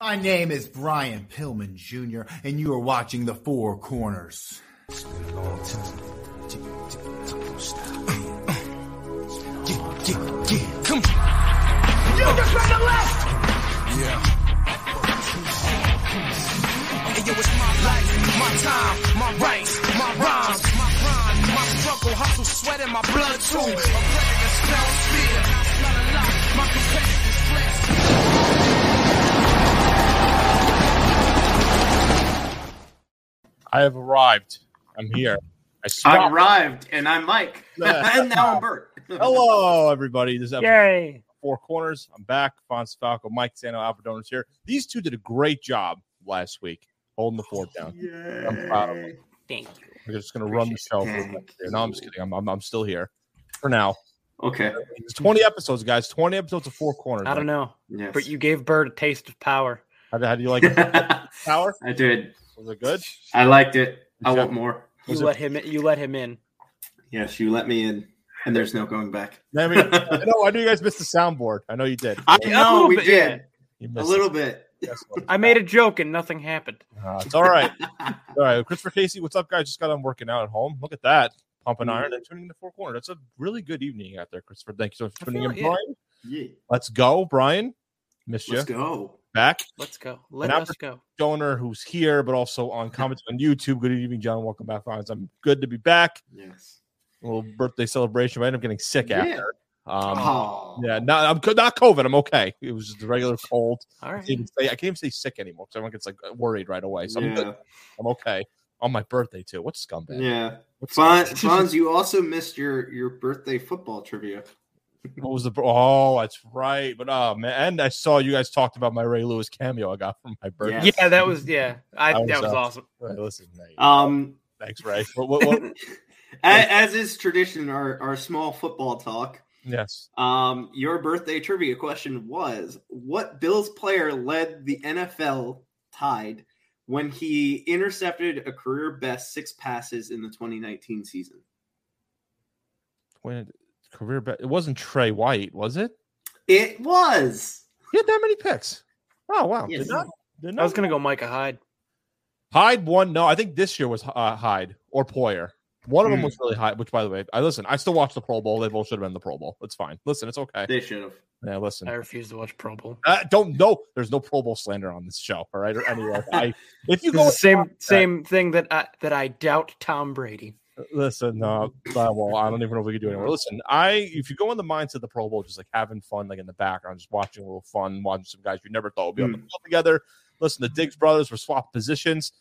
My name is Brian Pillman Jr., and you are watching The Four Corners. It's been a long time. Yeah, yeah, yeah. Come on. You just ran the left! Yeah. Hey, yo, it's my life, my time, my rights, my rhymes, my grind, my struggle, hustle, sweat in my blood too. A plague that spells fear, not a lot. My competitors flex. I have arrived. I'm here. I I stopped. arrived, and I'm Mike, and now I'm Bert. Hello, everybody. This is episode Yay. Four Corners. I'm back. Fonz Falco, Mike Sano, Alfred Donors here. These two did a great job last week holding the fort down. I'm proud of Yay. Thank you. We're just going to run the show. for the Thank rest of the- No, I'm just kidding. I'm, I'm, I'm still here for now. Okay. It's 20 episodes, guys. 20 episodes of Four Corners. I don't know, Yes. but you gave Bird a taste of power. How, do- how do you like it? Power? I did. Was it good? I liked it. I want more. You Was it- let him. You let him in. Yes, you let me in, and there's no going back. I mean, I know, I know you guys missed the soundboard. I know you did. I Yeah, a know little we bit, did You a missed little bit. it. Guess what? I made a joke and nothing happened. Uh, it's all right. It's all right. Christopher Casey, what's up, guys? Just got on working out at home. Look at that. Pumping Mm-hmm. iron and tuning in the four corner. That's a really good evening out there, Christopher. Thank you so much for I tuning feel in, it, yeah. Brian. Yeah. Let's go, Brian. Missed you. Let's go. Back. Let's go. Let And I'm- us go. Donor, who's here, but also on comments on YouTube. Good evening, John. Welcome back, Fonz. I'm good to be back. Yes. A little birthday celebration. but I ended up getting sick Yeah. after. Um, oh. Yeah, not I'm co- not COVID. I'm okay. It was just a regular cold. All I right. can't even say I can't even say sick anymore because everyone gets like worried right away. So I'm, good. Yeah. I'm okay. On my birthday too. What scumbag? Yeah. What Fonz, scumbag? Fonz, you also missed your your birthday football trivia. What was the oh? That's right. But oh man, and I saw you guys talked about my Ray Lewis cameo I got from my birthday. Yes. Yeah, that was yeah. I, I was, that was uh, awesome. Hey, listen, Ray. Uh, Um, thanks, Ray. What, what, what- a- as is tradition, our our small football talk. yes, Um, your birthday trivia question was what Bills player led the NFL tied when he intercepted a career best six passes in the 2019 season? when career bet it wasn't Trey White, was it? It was. He had that many picks. Oh wow, Yes. did not. Did I was not. gonna go Micah Hyde. Hyde won. No, I think this year was uh, Hyde or Poyer. One of them Hmm. was really high. Which, by the way, I listen. I still watch the Pro Bowl. They both should have been in the Pro Bowl. It's fine. Listen, it's okay. They should have. Yeah, listen. I refuse to watch Pro Bowl. Uh, don't no. There's no Pro Bowl slander on this show. All right, or anywhere. I, if you This is go the same same thing that I that I doubt Tom Brady. Listen, no, uh, well, I don't even know if we could do it anymore. Listen, I if you go in the mindset of the Pro Bowl, just like having fun, like in the background, just watching a little fun, watching some guys you never thought would be on the field together. Listen, the Diggs brothers were swapped positions.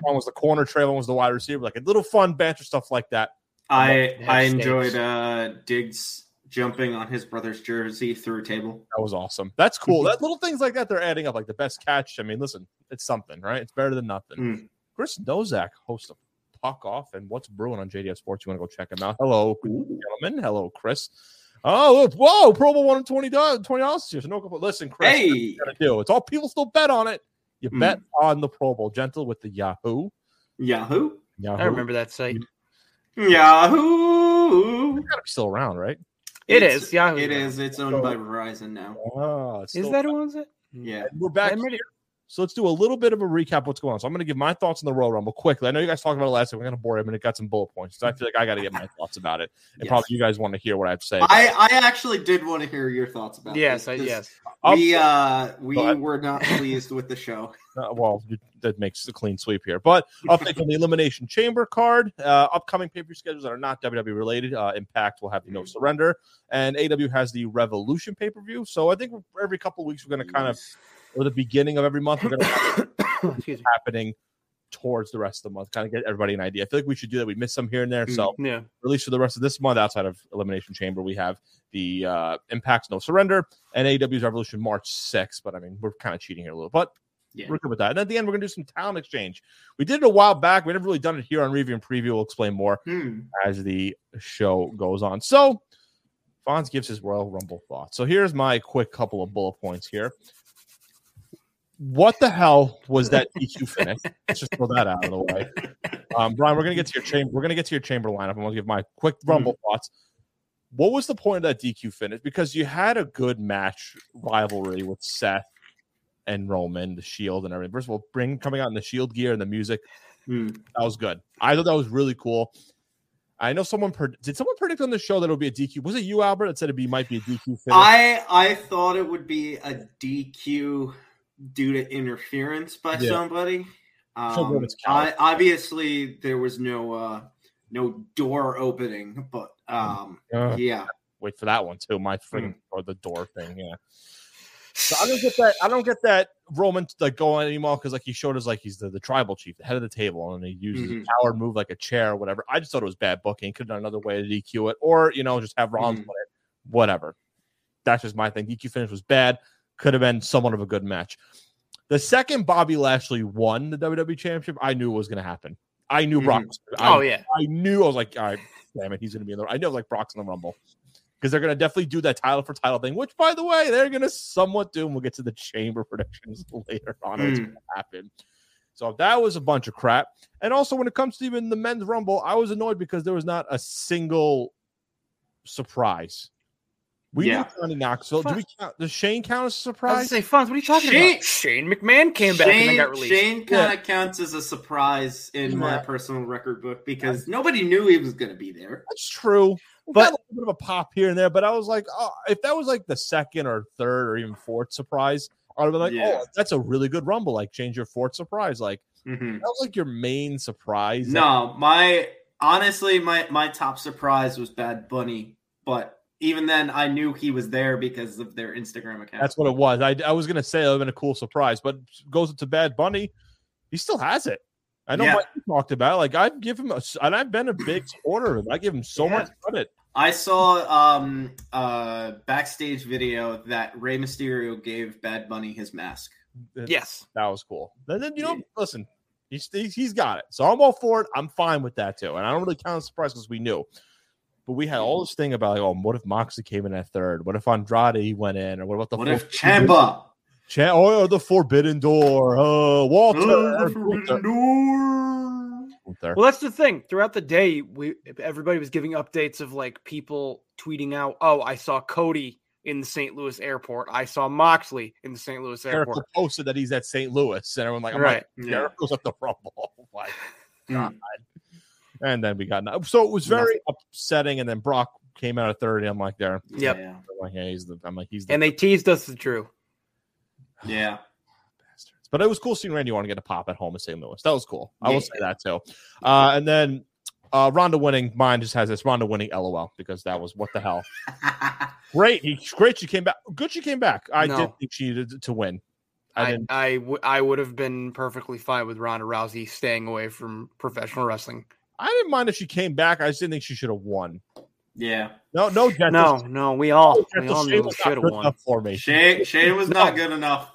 One was the corner, Traylon was the wide receiver, like a little fun banter stuff like that. I Have I stakes. enjoyed uh Diggs jumping on his brother's jersey through a table. That was awesome. That's cool. that little things like that they're adding up, like the best catch. I mean, listen, it's something, right? It's better than nothing. Mm. Chris Nozak, host of Puck Off and What's Brewing on JDF Sports. You want to go check him out? Hello, gentlemen. Hello, Chris. Oh, look, whoa, Pro Bowl won twenty dollars. Twenty dollars. No, compl- listen, Chris. that's what Hey, you gotta do. It's all people still bet on it. You Hmm. bet on the Pro Bowl. Gentle with the Yahoo. Yahoo. Yahoo. I remember that site. Yahoo. It's gotta be still around, right? It It's- is Yahoo. It is. It's owned by Verizon now. Oh, it's Is still- that who owns it? Yeah. We're back. They made it- So let's do a little bit of a recap. Of what's going on? So I'm going to give my thoughts on the Royal Rumble quickly. I know you guys talked about it last week. I'm going to bore him, and it got some bullet points. So I feel like I got to get my thoughts about it, and Mm-hmm. Yes. probably you guys want to hear what I have to say. about it. I, I actually did want to hear your thoughts about Yes, I, this, 'cause yes. I'll- we uh we Go ahead. were not pleased with the show. Uh, well, that makes a clean sweep here. But update on the Elimination Chamber card, uh, upcoming pay per schedules that are not WWE related. Uh, Impact will have the No Mm-hmm. Surrender, and AW has the Revolution pay per view. So I think every couple of weeks we're going to kind of, or the beginning of every month, we're going to Excuse me. happening towards the rest of the month, kind of get everybody an idea. I feel like we should do that. We missed some here and there, so Mm, Yeah. at least for the rest of this month, outside of Elimination Chamber, we have the uh, Impact's No Surrender and AEW's Revolution March 6th. But I mean, we're kind of cheating here a little, but Yeah. we're good with that. And at the end, we're going to do some talent exchange. We did it a while back. We never really done it here on Review and Preview. We'll explain more Hmm. as the show goes on. So, Fonz gives his Royal Rumble thoughts. So, here's my quick couple of bullet points here. What the hell was that DQ finish? Let's just throw that out of the way. Um, Brian, we're gonna get to your chamber. We're gonna get to your chamber lineup. I'm gonna give my quick Rumble thoughts. What was the point of that DQ finish? Because you had a good match rivalry with Seth and Roman, the Shield, and everything. First of all, bring coming out in the Shield gear and the music Hmm. that was good. I thought that was really cool. I know someone pred- did someone predict on the show that it'll be a DQ. Was it you, Albert, that said it be might be a DQ finish? I I thought it would be a DQ due to interference by Yeah. somebody. So Um, Roman's I, coward. obviously, there was no uh, no door opening, but um, Ugh, yeah, wait for that one too. My freaking or the door thing. Yeah. So I don't get that. I don't get that Roman like going anymore because like he showed us like he's the, the tribal chief, the head of the table, and he uses a Mhm. power move like a chair or whatever. I just thought it was bad booking. Could have done another way to DQ it, or you know just have Rollins Mhm. win it. Whatever. That's just my thing. DQ finish was bad. Could have been somewhat of a good match. The second Bobby Lashley won the WWE Championship, I knew it was going to happen. I knew Brock. was- I Oh yeah, I knew I was like, all right, damn it, he's gonna be in the. I know like Brock's in the Rumble because they're gonna definitely do that title for title thing, which by the way, they're gonna somewhat do, and we'll get to the chamber predictions later on. It's Mm. gonna happen. So that was a bunch of crap. And also, when it comes to even the men's Rumble, I was annoyed because there was not a single surprise. We Yeah. knew Johnny Knoxville. Do we count? Does Shane count as a I was gonna surprise? say, Fonz, what are you talking Shane- about? Shane McMahon came back and then got released. Shane kind of counts as a surprise in my Yeah. personal record book because nobody knew he was going to be there. That's true. But But- a little bit of a pop here and there. But I was like, oh, if that was like the second or third or even fourth surprise, I would have been like, Yeah. oh, that's a really good rumble. Like, change your fourth surprise. Like, Mhm. that was like your main surprise. No, my honestly, my my top surprise was Bad Bunny, but even then, I knew he was there because of their Instagram account. that's what it was. I, I was gonna say it would have been a cool surprise, but goes to Bad Bunny, he still has it. I know Yeah. Mike talked about. it. Like, I give him, a, and I've been a big supporter of him. I give him so Yeah. much credit. I saw um uh backstage video that Rey Mysterio gave Bad Bunny his mask. Yes, That was cool. And then you know, Yeah. listen, he's he's- he's got it. So I'm all for it. I'm fine with that too. And I don't really count as surprise because we knew. But we had all this thing about like, oh, what if Moxley came in at third? What if Andrade went in? Or what about the what for- if Champa? Cha- or, or oh, the Forbidden Door? Uh, Walter. Oh, the or forbidden Gunther. door. Gunther. Well, that's the thing. Throughout the day, we everybody was giving updates of like people tweeting out, "Oh, I saw Cody in the St. Louis airport. I saw Moxley in the St. Louis airport." Jericho posted that he's at St. Louis, and everyone like, I'm right. like, Jericho's at the Rumble. Like, Hmm. God. And then we got no- so it was very upsetting. And then Brock came out at third, and I'm like, there, Yep. Yeah. I'm like, yeah, he's the, I'm like, he's the and they teased us, Drew. Yeah. bastards. But it was cool seeing Randy Orton get a pop at home in St. Louis. That was cool. I Yeah. will say that too. Uh, and then uh, Ronda winning. Mine just has this Ronda winning. LOL because that was what the hell. Great, he, great. She came back. Good, she came back. I No. did think she needed to win. I, I didn't. I, w- I would have been perfectly fine with Ronda Rousey staying away from professional wrestling. I didn't mind if she came back. I just didn't think she should have won. yeah. No, no, gentle, No, no, we all we gentle all shame knew we was not should have good won. enough for me. Shane Shane was not good enough.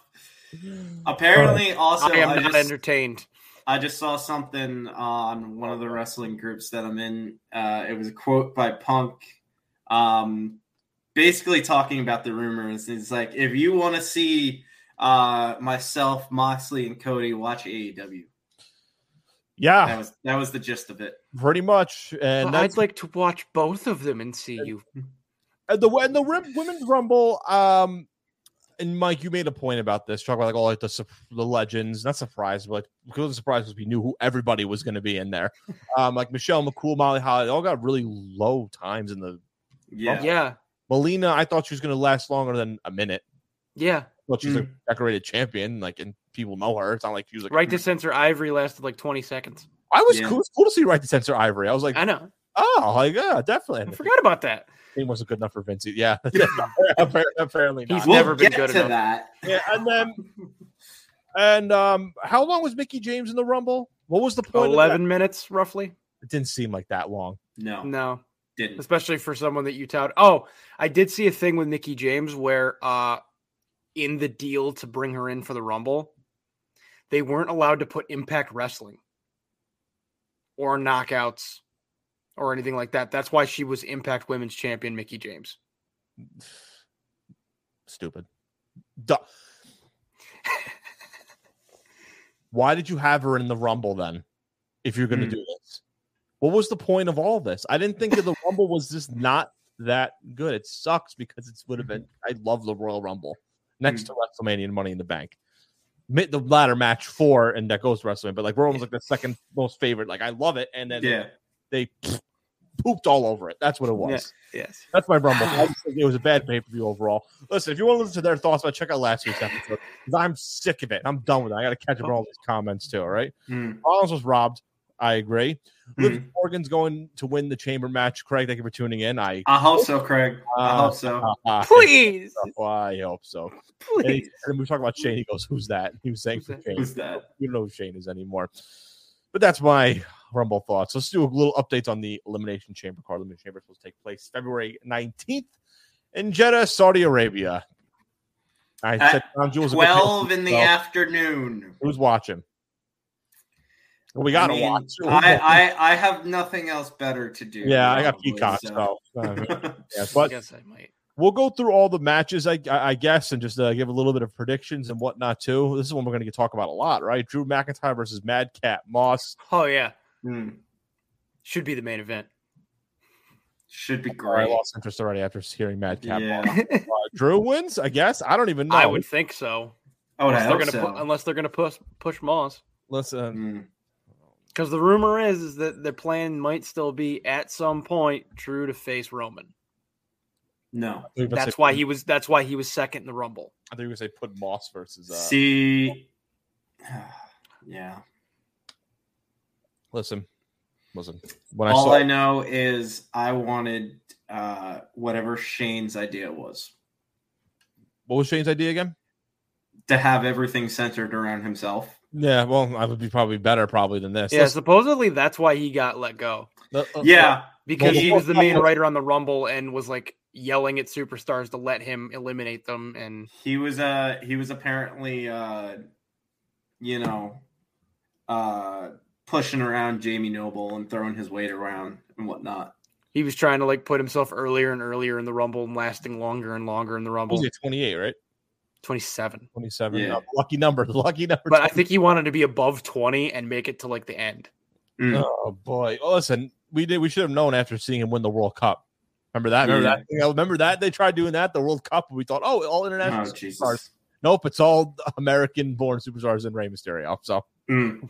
Apparently, also I am I not just, entertained. I just saw something on one of the wrestling groups that I'm in. Uh, it was a quote by Punk, um, basically talking about the rumors. It's like, if you want to see uh, myself, Moxley, and Cody watch AEW, Yeah, Ah. that was that was the gist of it. pretty much. And Well, that's I'd like to watch both of them and see you. And the and the rim, women's rumble. Um, and Mike, you made a point about this. Talk about like all like the sup- the legends, not surprise, but like because the surprise was we knew who everybody was going to be in there. Um, like Michelle McCool, Molly Holly, they all got really low times in the Yeah, Yeah, Melina. I thought she was going to last longer than a minute. yeah. I thought she's a decorated champion, like and people know her. It's not like she was like Mm. Right to censor Ivory lasted like twenty seconds. I was Yeah. cool. It's cool to see right to censor Ivory. I was like, I know. oh, like yeah, I definitely. forgot about that. Team wasn't good enough for Vincey. Yeah, apparently, apparently not. He's we'll never been get good to enough. that. Yeah, and then and um how long was Mickey James in the Rumble? What was the point? of that? Eleven minutes, roughly. It didn't seem like that long. No, No, didn't. especially for someone that you tout. Oh, I did see a thing with Mickey James where, uh, in the deal to bring her in for the Rumble, they weren't allowed to put Impact Wrestling or knockouts or anything like that. That's why she was Impact Women's Champion, Mickey James. Stupid. Duh. Why did you have her in the Rumble then? If you're going to Hmm. do this, what was the point of all this? I didn't think that the Rumble was just not that good. Mm-hmm. Mm. It sucks because it's would have been. I love the Royal Rumble next to WrestleMania and Money in the Bank. ma- the ladder match for, and that goes to wrestling. But like Roman's like the second most favorite. Like I love it, and then Yeah. they pooped all over it. That's what it was. Yes. That's my rumble. I just think it was a bad pay per view overall. Listen, if you want to listen to their thoughts, about it, check out last week's episode. 'cause I'm sick of it. I'm done with it. I got to catch up on all these comments too. All right, Mm. Rollins was robbed. I agree. Hmm. Liv Morgan's going to win the chamber match. Craig, thank you for tuning in. I I hope so, Craig. I Uh, hope so. I Please. hope so. I hope so. And, he- Please. and we talk about Shane. He goes, "Who's that?" He was saying Who's for that? Shane. Who's that? We don't know who Shane is anymore. But that's my rumble thoughts. Let's do a little updates on the Elimination Chamber card. Elimination Chamber is supposed to take place February 19th in Jeddah, Saudi Arabia. I At said John Jules Uh, Twelve in the afternoon. Who's watching? Well, we got to I mean, watch. I, I I have nothing else better to do. yeah, I got probably, Peacock. so. So. uh, yeah, I but guess I might. we'll go through all the matches, I, I I guess, and just uh, give a little bit of predictions and whatnot too. This is one we're going to talk about a lot, right? Drew McIntyre versus Madcap Moss. Oh yeah, Hmm. should be the main event. Should be I great. lost interest already after hearing Madcap. Yeah. Moss. Uh, Drew wins, I guess. I don't even know. I would think so. Oh, and I Unless they're hope gonna so. pu- unless they're gonna push push Moss. listen. Mm. Because the rumor is, is that their plan might still be at some point Drew to face Roman. No. That's why he was. That's why he was second in the Rumble. I think you were gonna say put Moss versus. Uh, See. Yeah. listen, listen. When I All saw, I know is I wanted uh, whatever Shane's idea was what was Shane's idea again? to have everything centered around himself. Yeah, well, I would be probably better probably than this. uh, Yeah, Listen, supposedly that's why he got let go let- let- Yeah. because he Well, was the main writer on the Rumble and was like yelling at superstars to let him eliminate them. And he was uh he was apparently uh you know uh pushing around jamie noble and throwing his weight around and whatnot he was trying to like put himself earlier and earlier in the Rumble and lasting longer and longer in the what was Rumble. he, 28, right? Twenty seven. 27. Yeah. Uh, lucky number. The lucky number. But I think he wanted to be above twenty and make it to like the end. Mm. Oh boy! Well, listen, we did. We should have known after seeing him win the World Cup. Remember that? Remember Yeah. that? thing? I remember that they tried doing that the World Cup. We thought, oh, all international oh superstars. jesus Nope, it's all American-born superstars in Rey Mysterio. So, Mm.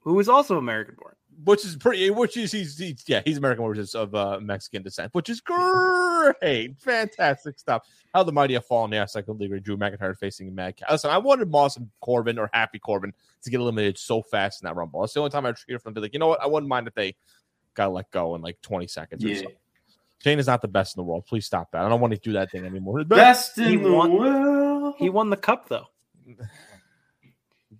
Who is also American born. which is pretty, which is he's, he's yeah, he's American, which is of uh, Mexican descent, which is great, fantastic stuff. How the mighty have fallen. Yeah, second league Drew McIntyre facing Mad Cow. Listen, I wanted Moss and Corbin or Happy Corbin to get eliminated so fast in that Rumble. That's the only time I cheer for them. to Be like, you know what? I wouldn't mind if they got let go in like 20 seconds. Or yeah something. Shane is not the best in the world. Please stop that. I don't want to do that thing anymore. best He in the won- world He won the cup though.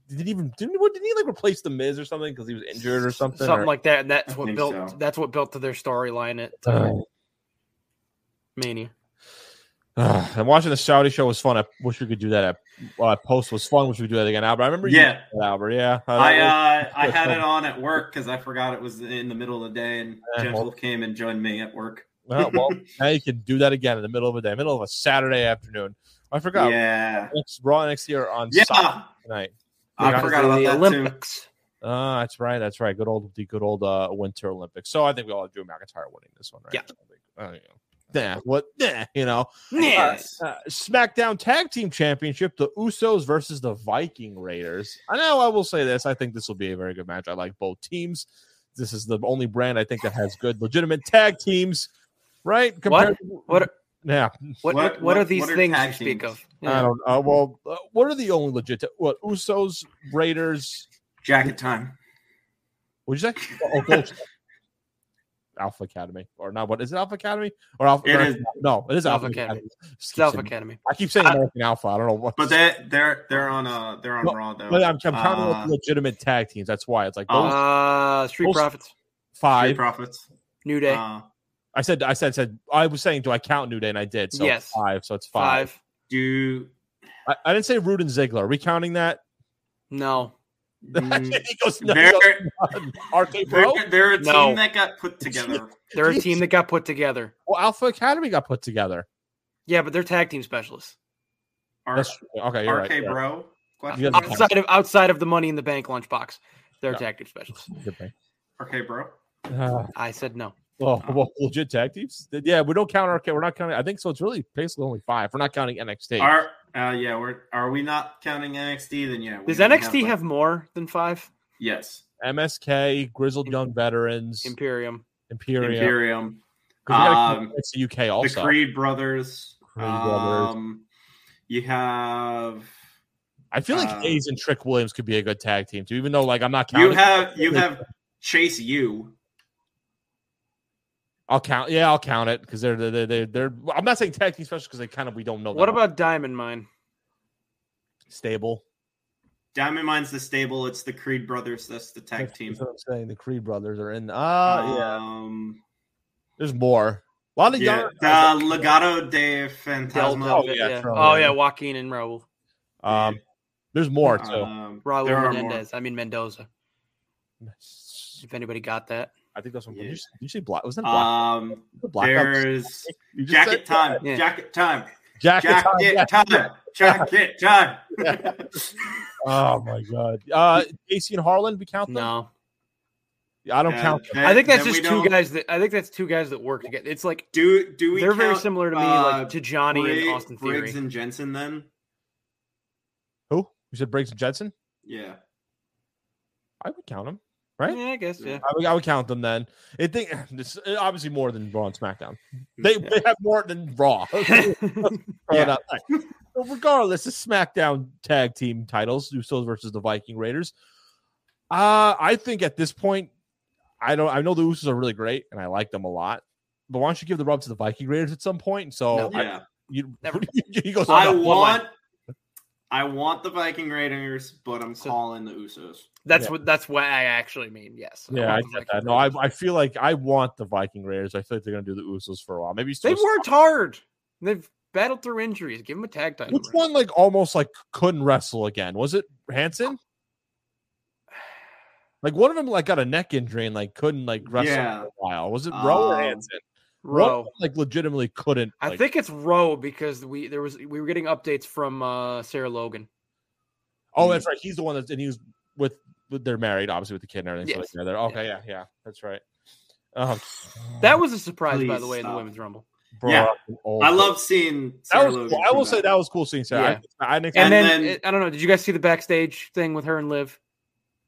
Did he even didn't, what, didn't he like replace the Miz or something because he was injured or something? something or- like that. And that's I what think built. so. That's what built to their storyline at uh, Ugh. Mania. Ugh. and watching the Saudi show was fun. I wish we could do that. At, uh, post was fun. Wish we could do that again, Albert. I remember. you yeah did that, Albert. Yeah. i uh i Good had one. it on at work because i forgot it was in the middle of the day and Yeah, gentle well- came and joined me at work well, well, now you can do that again in the middle of a day, middle of a Saturday afternoon. I forgot. yeah Next Raw next year on yeah Saturday night. i Yeah, forgot about the that too Olympics. Ah, that's right. That's right. Good old the good old uh, Winter Olympics. So I think we all have Drew McIntyre winning this one, right? Yeah. I think- I don't know. Nah, what? Nah, you know. yes Uh, SmackDown Tag Team Championship: The Usos versus the Viking Raiders. I know. I will say this. I think this will be a very good match. I like both teams. This is the only brand I think that has good, legitimate tag teams, right? What? to- What? Are, yeah, what, what, What- what, are what- these what are things you tag speak teams? of? I don't. Uh, well, uh, what are the only legit? What Usos, Raiders? jacket time Would you say? Oh, Gold- Alpha Academy or not? What is it? Alpha Academy or Alpha? It is. No, it is Alpha, Alpha Academy. Academy. Just keep South saying- Academy. I keep saying I- American Alpha. I don't know what. But they they're they're on uh they're on Well, Raw though. But I'm, I'm counting Uh, with legitimate tag teams. That's why it's like those Uh, Uh, Street Most- Profits. Street five. profits. New Day. Uh, I said, I said, said. I was saying, do I count New Day? And I did. So Yes. five. So it's five. five. do I, I didn't say Rude and Ziggler. Are we counting that? No. mm, he goes, no, he they're, goes, RK Bro. they're they're a team No. that got put together. They're a Jeez. team that got put together. Well, Alpha Academy got put together. Yeah, but they're tag team specialists. R- That's true. Okay, you're RK right. yeah. Bro. You Question guys are mark? Outside of outside of the Money in the Bank lunchbox, they're Yeah. tag team specialists. Good thing. RK Bro. Uh, I said no. Oh, well, legit tag teams. Yeah, we don't count our. We're not counting. I think so. It's really basically only five. We're not counting NXT. Are uh, yeah, we're are we not counting NXT? Then yeah, we Does don't NXT like- have more than five? yes MSK, Grizzled Young Veterans, Imperium. Imperium. Imperium, 'Cause we gotta count Um, it's the UK also. the Creed brothers, Creed brothers. um, you have I feel like uh, Hayes and Trick Williams could be a good tag team too. Even though like I'm not counting. you have you have Chase U. I'll count. Yeah, I'll count it because they're they're, they're they're I'm not saying tag team special because they kind of we don't know. What them. about Diamond Mine? stable? Diamond Mine's the stable. It's the Creed brothers. That's the tag team. That's what I'm saying. The Creed brothers are in. uh, yeah. um, There's more. A lot of yeah, young. uh, Legado de Fantasma. Delta. Oh, yeah, Trump. Oh, yeah. Joaquin and Raul. um, there's more too. Um, oh. Raul there are more. Menendez. I mean, Mendoza, if anybody got that. I think that's one. Yeah. You, say- you say black. Was that black? Um, black Ops? there's You just said- jacket time, Yeah. jacket time, Jacket, time. jacket yeah. time, jacket time. Oh my god. Uh, Casey and Harlan. We count them. No, I don't Uh, count. them. then- I think that's then we just two don't- guys that I think that's two guys that work together. It's like Do do we? they're very count, similar to me, uh, like to Johnny Brig- and Austin Theory. Briggs and Jensen. Then Who? You said Briggs and Jensen. yeah, I would count them. right? Yeah, I guess. Yeah, I would, I would count them then. It think this eh, obviously more than Raw and SmackDown. They Yeah. they have more than Raw. Throw it Yeah. out there. But regardless, the SmackDown tag team titles, Usos versus the Viking Raiders. Uh, I think at this point, I don't. I know the Usos are really great, and I like them a lot. But why don't you give the rub to the Viking Raiders at some point? So No. I, yeah. you, Never. he goes. I on that one line. want, I want the Viking Raiders, but I'm So- calling the Usos. that's Yeah. what that's what I actually mean. Yes. Yeah, I want the get Viking that. No, I, Raiders. I feel like I want the Viking Raiders. I feel like they're going to do the Usos for a while. Maybe they've still- worked hard. They've battled through injuries. Give them a tag title. Which run. one like almost like couldn't wrestle again? Was it Hanson? Like one of them like got a neck injury and like couldn't like wrestle Yeah. for a while. Was it Rowe or Um, Hanson? Row. Rowe like legitimately couldn't. I like- think it's Row because we there was we were getting updates from uh, Sarah Logan. Oh, that's right. He's the one that's and he was with, with they're married obviously with the kid and everything. Yes. So they're okay. Yeah, yeah, that's right. Oh, That was a surprise, by Please the way, in the stop. women's rumble. bro, Yeah. I'm old. I love seeing. that Sarah was. Logan Cool. I do will say that was cool seeing Sarah. Yeah. I, I, didn't- And, And then, then- I don't know. Did you guys see the backstage thing with her and Liv?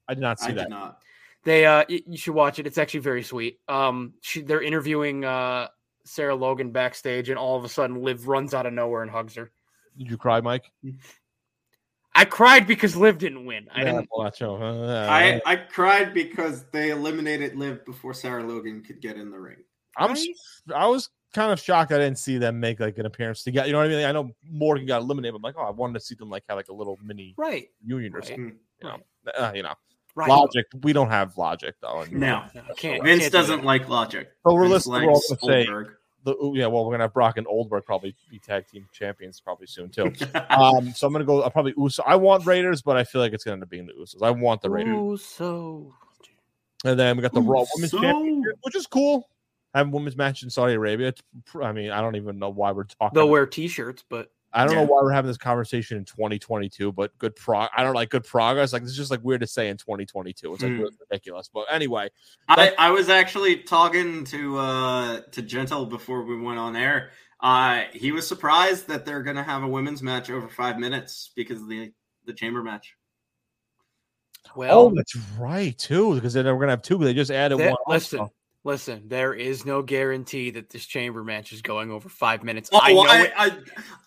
I did not see I that. did not. They uh y- you should watch it. It's actually very sweet. Um she they're interviewing uh Sarah Logan backstage and all of a sudden Liv runs out of nowhere and hugs her. Did you cry, Mike? I cried because Liv didn't win. I didn't watch oh, uh, him. Uh, I, I cried because they eliminated Liv before Sarah Logan could get in the ring. I'm s- I was kind of shocked I didn't see them make like an appearance together. You know what I mean? Like, I know Morgan got eliminated, but I'm like, oh, I wanted to see them like have like a little mini Right. union or Hmm. Right. something. You know, Uh, you know, Right. logic. We don't have logic though. And No, No, I can't, Vince can't do doesn't that. like logic. So we're Vince listening. We're all likes gonna say Goldberg. the ooh, yeah. Well, we're gonna have Brock and Oldberg probably be tag team champions probably soon too. Uh, um, so I'm gonna go. I'll probably Uso. I want Raiders, but I feel like it's gonna end up being the Usos. I want the Raiders, Ooh, so and then we got the Raw Women's So- Championship, which is cool. Having women's match in Saudi Arabia. It's, pr- I mean, I don't even know why we're talking. they'll about wear t-shirts, but I don't know Yeah. why we're having this conversation in 2022, but good pro. I don't like good progress. Like this is just like weird to say in 2022. It's like Hmm. really ridiculous. But anyway, I, I was actually talking to uh to Gentle before we went on air. Uh he was surprised that they're gonna have a women's match over five minutes because of the the chamber match. well, oh, that's right too, because then we're gonna have two. They just added that- one. listen, also. listen. There is no guarantee that this chamber match is going over five minutes. Oh, I know I it. I, I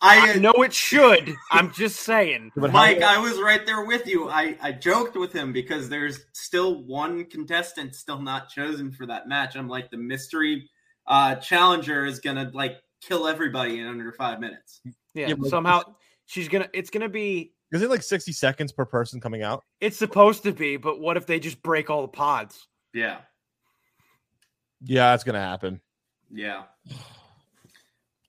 I, know it should. I'm just saying. But how- Mike, I was right there with you. I, I joked with him because there's still one contestant still not chosen for that match. I'm like the mystery uh challenger is gonna like kill everybody in under five minutes. Yeah. Yeah, but- somehow she's gonna. It's gonna be. is it like 60 seconds per person coming out? It's supposed to be, but what if they just break all the pods? Yeah, Yeah, that's gonna happen. yeah.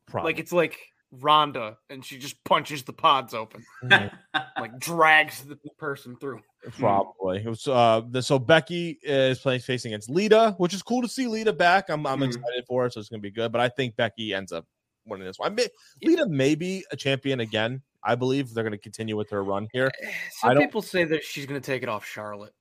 Probably. Like it's like Rhonda, and she just punches the pods open, Mhm. like drags the person through. probably. It was, uh, the, so Becky is playing facing against Lita, which is cool to see Lita back. I'm, I'm Hmm. excited for it, so it's gonna be good. But I think Becky ends up winning this one. I may, Lita may be a champion again. I believe they're gonna continue with her run here. Some don't- people say that she's gonna take it off Charlotte.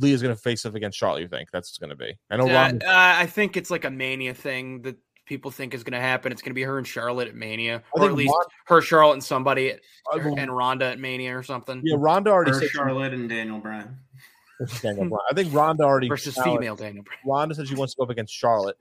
Leah's going to face up against Charlotte. You think that's what's going to be? I know Uh, Ronda- uh, I think it's like a mania thing that people think is going to happen. It's going to be her and Charlotte at Mania, or think at least Ron- her, Charlotte, and somebody, at, I will- and Ronda at Mania or something yeah, Ronda already Or said. Charlotte and Daniel Bryan. Daniel Bryan. I think Ronda already versus Charlotte- female Daniel Bryan. Ronda said she wants to go up against Charlotte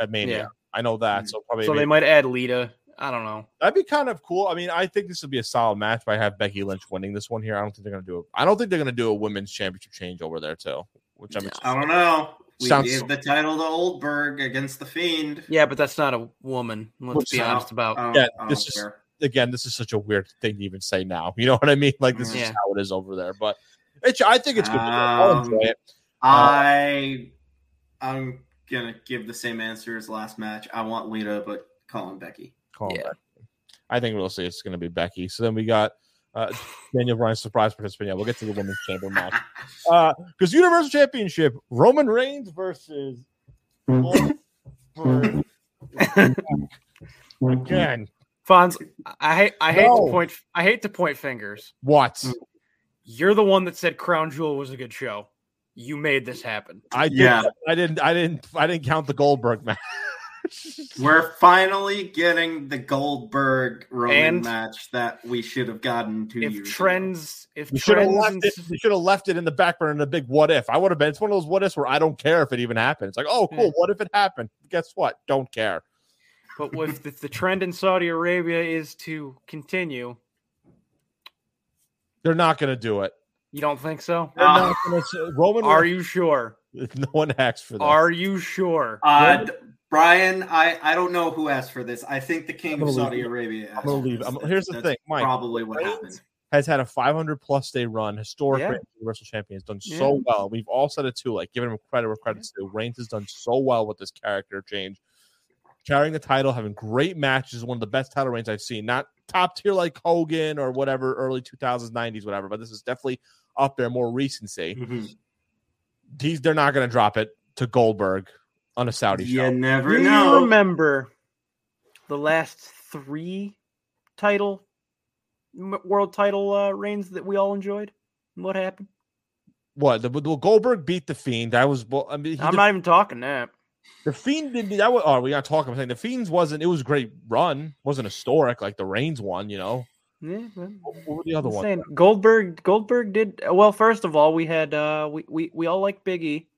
at Mania. Yeah. Mm-hmm. I know that, so probably So they might add Lita. I don't know. that'd be kind of cool. I mean, I think this would be a solid match. But I have Becky Lynch winning this one here. I don't think they're going to do it. I don't think they're going to do a women's championship change over there too. Which I'm I don't know. We Sounds- gave the title to Oldberg against the Fiend. Yeah, but that's not a woman. Let's Whoops. be honest about. I don't, Oh, Yeah, I don't this is- care. again, this is such a weird thing to even say now. You know what I mean? Like this is Yeah. how it is over there. But it's, I think it's good. Um, I'll enjoy it. I I'm gonna give the same answer as last match. I want Lita, but call him Becky. Call it yeah. back. I think we'll see. It's going to be Becky. So then we got uh, Daniel Bryan surprise participant. Yeah, we'll get to the women's chamber match. because Universal Championship Roman Reigns versus Goldberg. again. Fonz, I hate. I hate No. to point. I hate to point fingers. What You're the one that said Crown Jewel was a good show. You made this happen. I did, Yeah. I didn't I didn't I didn't count the Goldberg match. We're finally getting the Goldberg Roman And- match that we should have gotten two If years ago. trends, if You should have trends, left and it. You should have left it in the back burner in a big what if. I would have been. It's one of those what ifs where I don't care if it even happened. It's like, oh, cool. Yeah. What if it happened? Guess what? Don't care. But if the, the trend in Saudi Arabia is to continue, They're not going to do it. you don't think so? They're Uh, not going to. Roman. Ah. Are you sure? no one asks for this. Are you sure? Uh, d- Brian, I, I don't know who asked for this. I think the I'm King gonna of Saudi leave. Arabia. asked I'm gonna for leave. this. I'm- That- here's the that's thing, Mike. Probably what Reigns happened. has had a 500 plus day run historically. Yeah. as Universal Champion has done Yeah. so well. We've all said it too, like giving him credit where credit's due. Reigns has done so well with this character change, carrying the title, having great matches, one of the best title reigns I've seen. Not top tier like Hogan or whatever, early 2000s, 90s, whatever, but this is definitely up there, more recency. Mhm. He's, they're not going to drop it to Goldberg on a Saudi You show. never Do know. you remember the last three title m- world title uh, reigns that we all enjoyed? And What happened? What? The, well, Goldberg beat the Fiend. That was, well, I mean, he I'm not even talking that. The Fiend did that. Was, oh, we got to talk. I'm saying the Fiend's wasn't. It was a great run. wasn't historic like the Reigns one. You know Yeah, well, what, what were the other I'm ones? saying Goldberg. Goldberg did well. First of all, we had uh, we we we all like Big E.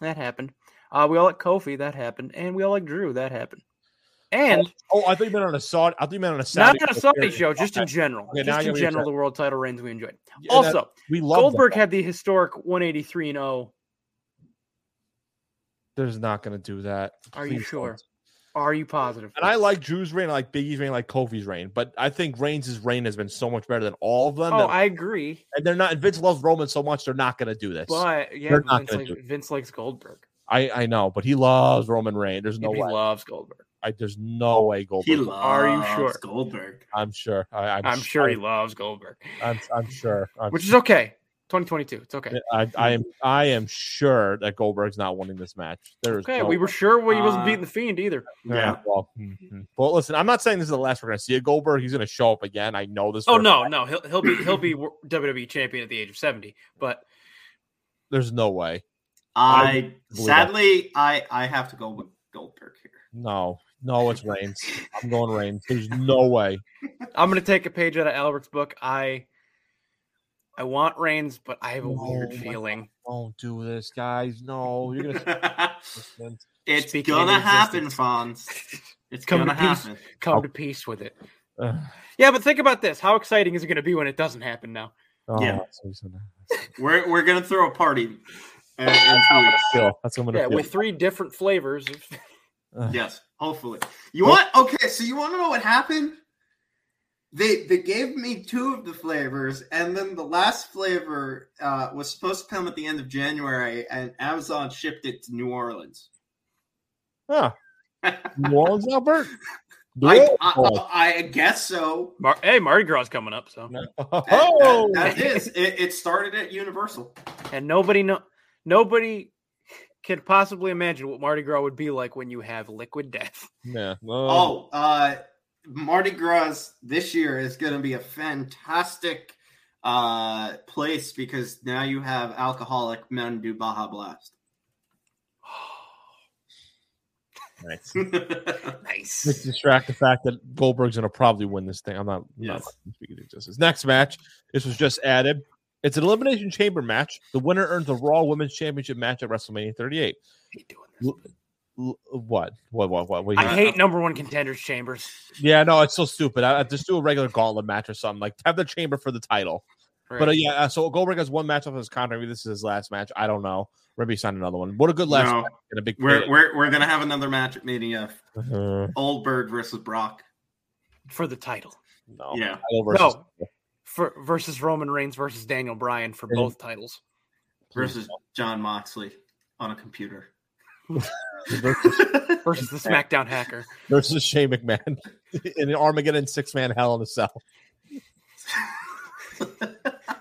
That happened. Uh, we all like Kofi. That happened, and we all like Drew. That happened. And Oh, I thought you meant on a Saudi. I thought you meant on a not Saudi. on a Sunday period. show, just in Okay. general, Okay, now I just get in what you're general, the world title reigns we enjoyed. Yeah, that- Also, we love Goldberg That. had the historic 183 and oh. 0. There's not going to do that. Are you Please don't. sure? Are you positive? And I like Drew's reign. I like Biggie's reign. I like Kofi's reign. But I think Reigns' reign has been so much better than all of them. oh, that- I agree, and they're not. And Vince loves Roman so much. They're not going to do this. but yeah, They're but not Vince, gonna likes, do it. Vince likes Goldberg. I I know, but he loves Roman Reigns. There's no he way. loves Goldberg. I, there's no way Goldberg. He Are you loves sure? Goldberg. I'm sure. I, I'm, I'm sure he loves Goldberg, I'm, I'm sure. I'm which is okay. 2022, it's okay. I, I am I am sure that Goldberg's not winning this match. There is Okay, no we were sure he wasn't Uh, beating the Fiend either. yeah. Well, mm, mm. Well, listen, I'm not saying this is the last we're going to see a Goldberg. He's going to show up again. I know this. Oh for a no, fact. no, he'll he'll be he'll be WWE E champion at the age of 70. But there's no way. I it. sadly I I have to go with Goldberg here. No, no, it's Reigns. I'm going Reigns. There's no way. I'm gonna take a page out of Albert's book. I I want Reigns, but I have a weird No, my feeling. Don't do this, guys. No, you're going to. it's Speaking gonna into happen, existence. Fonz. It's Come gonna to peace. happen. Come Oh. to peace with it. Uh, Yeah, but think about this. How exciting is it gonna be when it doesn't happen now? oh, Yeah. that's what he's gonna We're we're gonna throw a party uh, in two weeks. feel. That's what I'm Yeah, going to with three different flavors. of- Yes, hopefully. You want okay? So you want to know what happened? They they gave me two of the flavors, and then the last flavor uh, was supposed to come at the end of January, and Amazon shipped it to New Orleans. Huh. New Orleans, Albert? I, uh, I, I guess so. Mar- hey, Mardi Gras is coming up, so oh, That, that- that is. It, it started at Universal. and nobody know nobody can possibly imagine what Mardi Gras would be like when you have liquid death. yeah. Oh, uh, Mardi Gras this year is going to be a fantastic uh, place because now you have alcoholic Mountain Dew Baja Blast. Nice. Let's nice. distract the fact that Goldberg's going to probably win this thing. I'm not, I'm not Yes. liking this speaking of existence. Next match. This was just added. It's an Elimination Chamber match. The winner earns a Raw Women's Championship match at WrestleMania 38. hate doing this. L- what? What? What? What? what do you I hate number one contenders chambers. yeah, no, it's so stupid. I, I just do a regular gauntlet match or something. Like have the chamber for the title. But uh, Right. yeah, uh, so Goldberg has one match off his contract. Maybe this is his last match. I don't know. Maybe he signed another one. What a good last No. match and a big. We're, pay- we're, we're going to have another match at Mania Uh, Oldberg versus Brock. for the title. no. Oh, Yeah. Title versus- For versus Roman Reigns versus Daniel Bryan for And- both titles. versus John Moxley on a computer. versus, Versus the SmackDown hacker. versus Shane McMahon in an Armageddon six man hell in a cell.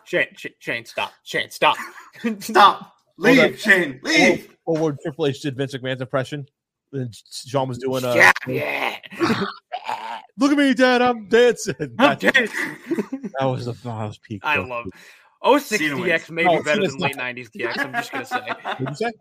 Shane, Shane, Shane stop. Shane, stop. uh, Stop. Leave, Hold on. Shane. Leave. Or where Triple H did Vince McMahon's impression. And Sean was doing a yeah, yeah. look at me, Dad, I'm dancing. I'm That, dead. that was the that was peak. I love 06 Cena DX wins. may No, be better Cena's than late 90s DX. I'm just going to say. I What'd you say?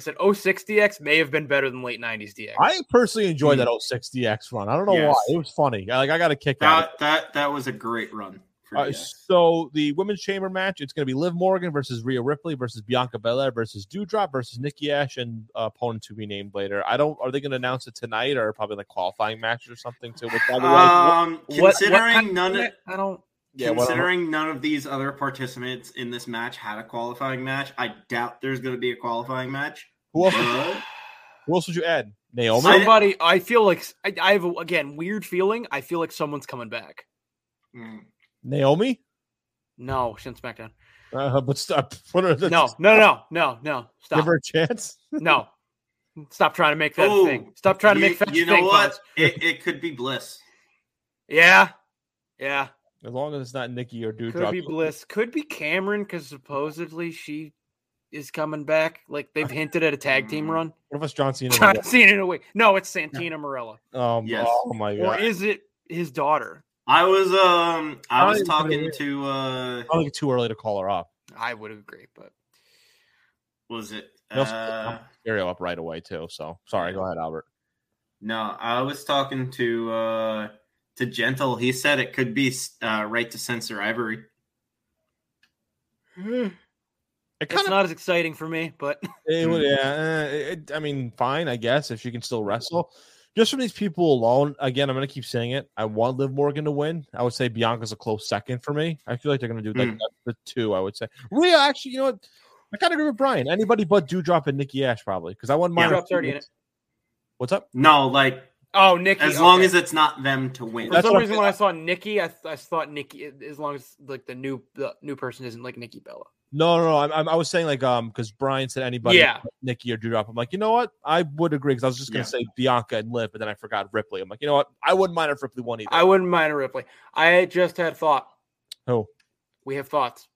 said 06 DX may have been better than late 90s DX. I personally enjoyed that 06 DX run. I don't know Yes. why. It was funny. I- Like I got a kick out. of it. That, that that was a great run. For Uh, DX. so the women's chamber match, it's going to be Liv Morgan versus Rhea Ripley versus Bianca Belair versus Dewdrop versus Nikki Ash and uh, opponent to be named later. I don't. Are they going to announce it tonight or probably like qualifying matches or something? To which by the way, um, What- what considering kind of none of, DX? I don't. yeah, what- considering none of these other participants in this match had a qualifying match, I doubt there's going to be a qualifying match. who, else, But who else would you add? Naomi. I- Somebody, I feel like I, I have a, again weird feeling. I feel like someone's coming back. mm, Naomi. No, Shin SmackDown. Uh, but stop. What are the, No, no, no, no, no. give Stop. her a chance. No. Stop trying to make that a thing. Oh, Stop trying to you, make that a you know thing. what? Fonz. It, it could be Bliss. Yeah. Yeah. As long as it's not Nikki or Could Dewdrop. be Bliss. Could be Cameron because supposedly she is coming back. Like they've hinted at a tag team run. Mm. What if it's John Cena? John Cena in a way. No, it's Santina Morella. Um, Yes. Oh my god. Or is it his daughter? I was um I I was don't even put it talking in. to uh I think it's too early to call her up. I would agree, but was it They also uh, Stereo up right away too. So sorry. Go ahead, Albert. No, I was talking to uh to Gentle. He said it could be uh right to censor Ivory. Hmm. It it's kinda not as exciting for me. But It would, Mhm. yeah. eh, It, I mean, fine, I guess, if she can still wrestle. Just from these people alone, again, I'm going to keep saying it. I want Liv Morgan to win. I would say Bianca's a close second for me. I feel like they're going to do Hmm. like Mm. the two, I would say. Rhea, actually, you know what? I kind of agree with Brian. Anybody but Dewdrop and Nikki Ash, probably, because I want mine. Dewdrop's already in it. What's up? No, like oh, Nikki. as long okay. as it's not them to win. For That's some what I reason, feel when I saw Nikki, I, th- I thought Nikki. As long as like the new the new person isn't like Nikki Bella. No, no, no. I'm- I'm, I was saying, like, um, because Brian said anybody Yeah. but Nikki or Dewdrop. I'm like, you know what? I would agree, because I was just going Yeah. to say Bianca and Liv, but then I forgot Ripley. I'm like, you know what? I wouldn't mind if Ripley won either. I wouldn't mind a Ripley. I just had a thought. oh, We have thoughts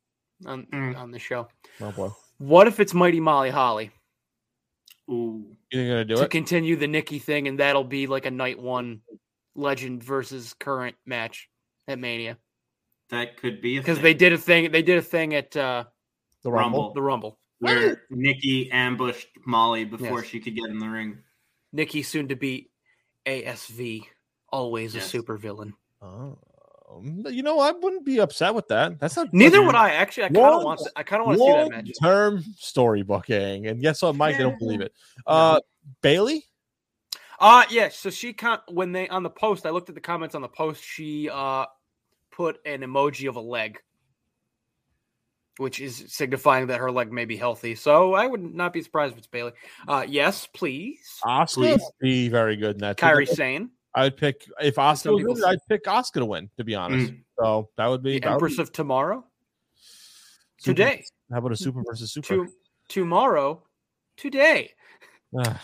on Mm. on the show. oh, boy. What if it's Mighty Molly Holly Ooh. You think you're going to do to it? continue the Nikki thing, and that'll be like a night one legend versus current match at Mania That could be a because thing. they did a thing. They did a thing at uh, The Rumble. the Rumble. where Nikki ambushed Molly before Yes. she could get in the ring. Nikki soon to be ASV, always Yes. a supervillain. Oh, you know, I wouldn't be upset with that. That's not Neither Mhm. would I. Actually, I kind of Long- want. I kind of want to see that long match. term storybooking. And guess what, Mike? I don't believe it. Uh, Bailey. Uh yeah, so she con- when they on the post, I looked at the comments on the post, she uh put an emoji of a leg. Which is signifying that her leg may be healthy. So I would not be surprised if it's Bailey. Uh yes, please. Oscar would be Please. very good in that. too. Kyrie Sane, I'd pick if Oscar. Some Was in people Mm. it, I'd pick Oscar to win. To be honest, so that would be the that would Empress be of Tomorrow. super- Today. How about a Mm-hmm. super versus super? To tomorrow. Today. Ah.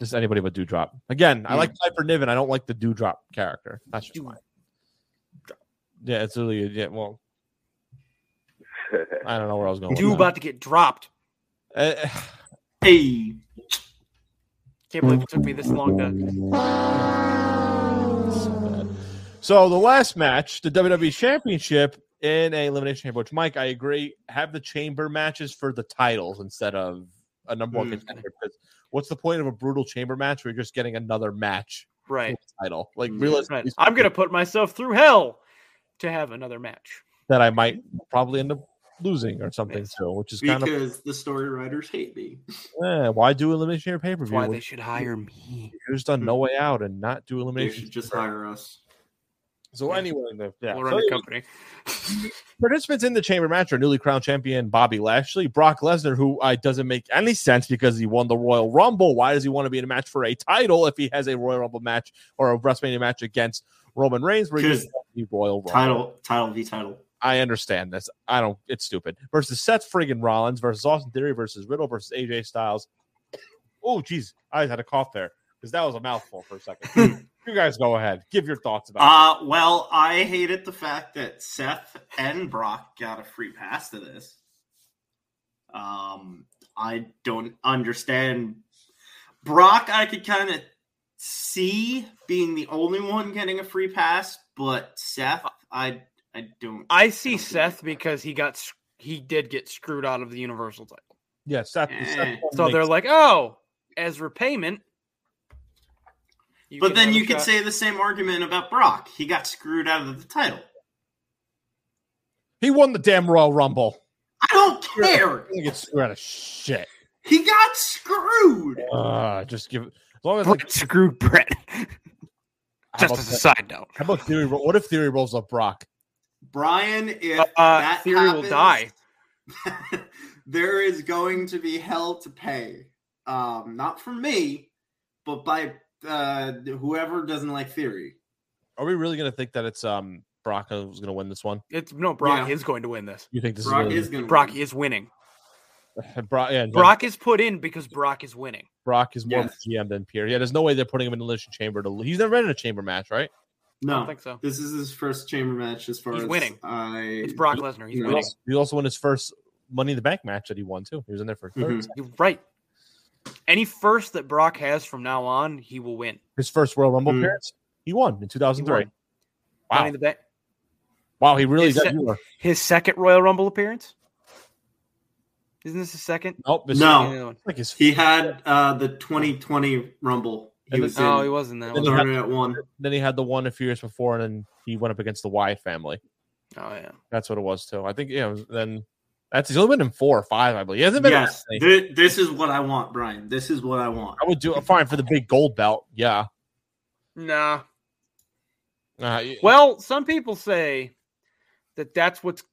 Just anybody but Dewdrop. Again, I Mm. like Piper Niven. I don't like the Dewdrop character. That's just Dew- mine. Yeah, it's really yeah. Well, I don't know where I was going. with Dude that. about to get dropped. Uh, Hey, Can't believe it took me this long to so the last match, the WWE E Championship, in a elimination chamber. Which Mike, I agree. Have the chamber matches for the titles instead of a number one Mm. contender. Because what's the point of a brutal chamber match where you're just getting another match for Right. Mm. the title? Like Yeah. realistically, right. I'm gonna put myself through hell to have another match. that I might probably end up losing or something Yes. too, which is kind of because the story writers hate me. eh, why do elimination chamber pay per That's view? why when they Hmm. should hire me. You could just done no way out and not do They elimination. should just hire us. So Yeah. anyway, the- yeah. We'll So run the anyway, company. participants in the chamber match are newly crowned champion Bobby Lashley, Brock Lesnar, who I doesn't make any sense because he won the Royal Rumble. Why does he want to be in a match for a title if he has a Royal Rumble match or a WrestleMania match against Roman Reigns where he Because gets the Royal Rumble? Title, title v title. I understand this. I don't. It's stupid. Versus Seth friggin' Rollins versus Austin Theory versus Riddle versus AJ Styles. Oh, jeez, I had a cough there because that was a mouthful for a second. you guys go ahead. Give your thoughts about. it. Uh, well, I hated the fact that Seth and Brock got a free pass to this. Um, I don't understand. Brock, I could kind of see being the only one getting a free pass, but Seth, I, I don't. I see don't think Seth that- because he got s- he did get screwed out of the Universal title. Yeah, Seth. Eh. Seth So they're like, oh, as repayment. you but can then have a you could shot." say the same argument about Brock. He got screwed out of the title. he won the damn Royal Rumble. I don't care. He gets screwed out of shit. He got screwed. Uh, just give. As long as like, Brett screwed Brett. how, Just about, as a side note, how about theory? ro- What if theory rolls up Brock? Brian, if Uh, uh, that Theory will die. there is going to be hell to pay. Um, not from me, but by uh, whoever doesn't like theory. Are we really gonna think that it's um Brock who's gonna win this one? it's no Brock Yeah. is going to win this. You think this Brock is, is going to Brock is winning. really, Brock? Yeah, and then- Brock is put in because Brock is winning. Brock is more Yes. GM than Pierre. Yeah, there's no way they're putting him in the elimination chamber. To, he's never been in a chamber match, right? I No, don't think so. this is his first chamber match. As far He's as winning. I, It's Brock Lesnar. He's He No. winning. also, he also won his first Money in the Bank match that he won too. He was in there for 3rd Mhm. You're right. Any first that Brock has from now on, he will win. His first Royal Rumble Mm. appearance, he won in 2003. He won. Wow. Money in the Bank- Wow, he really His got se- you. His second Royal Rumble appearance. Isn't this his second? Nope, this No. is Yeah, that one. like his He had uh, the 2020 Rumble. He And was Oh, he in wasn't that And one. the Internet one. Then he had the one a few years before, and then he went up against the Wyatt family. Oh yeah. That's what it was too. I think yeah. it was- Then that's he's only been in four or five, I believe. He hasn't been. in Yes, many. thi- this is what I want, Brian. This is what I want. I would do fine for the big gold belt. Yeah. Nah. Uh, Well, some people say that that's what's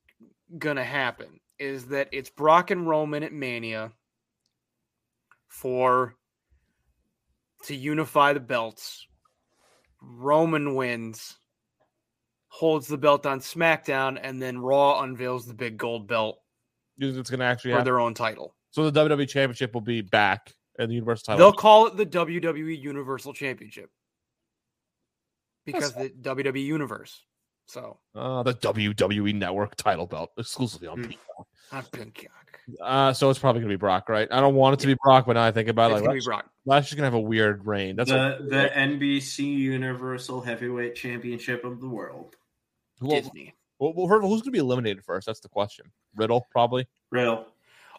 gonna happen is that it's Brock and Roman at Mania for to unify the belts. Roman wins, holds the belt on SmackDown, and then Raw unveils the big gold belt it's going to actually for happen. their own title. So the WWE Championship will be back, and the Universal title. They'll call it the WWE Universal Championship because the WWE Universe. So Uh, the WWE Network title belt exclusively on Hmm. Mm. Peacock. I've been cock. Uh, so it's probably gonna be Brock, right? I don't want it to be Brock, but now I think about it, It's like gonna be Lash, Brock. Lash is gonna have a weird reign. That's the the NBC Universal Heavyweight Championship of the world. what, who, Disney. well, well, first of all, who's gonna be eliminated first? That's the question. Riddle probably. Riddle.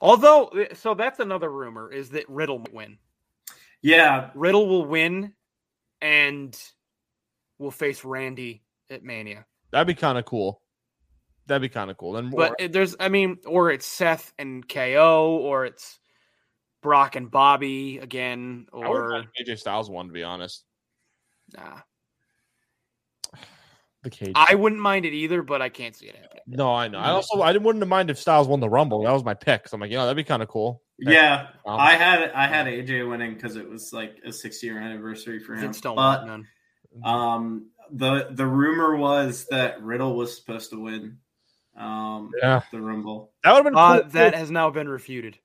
Although, uh, so that's another rumor is that Riddle might win. Yeah, Riddle will win, and will face Randy at Mania. That'd be kind of cool. That'd be kind of cool. Then But it- there's, I mean, or it's Seth and KO, or it's Brock and Bobby again, I would like or AJ Styles one to be honest. nah. The cage. I wouldn't mind it either, but I can't see it happening. no, I know. I also I didn't- wouldn't mind if Styles won the Rumble. That was my pick. So I'm like, yeah, that'd be kind of cool. yeah. Um, I had I had AJ winning because it was like a six year anniversary for him. Vince don't want but none. um, the the rumor was that Riddle was supposed to win. Um, yeah, the Rumble. that would have been Uh, cool. that has now been refuted.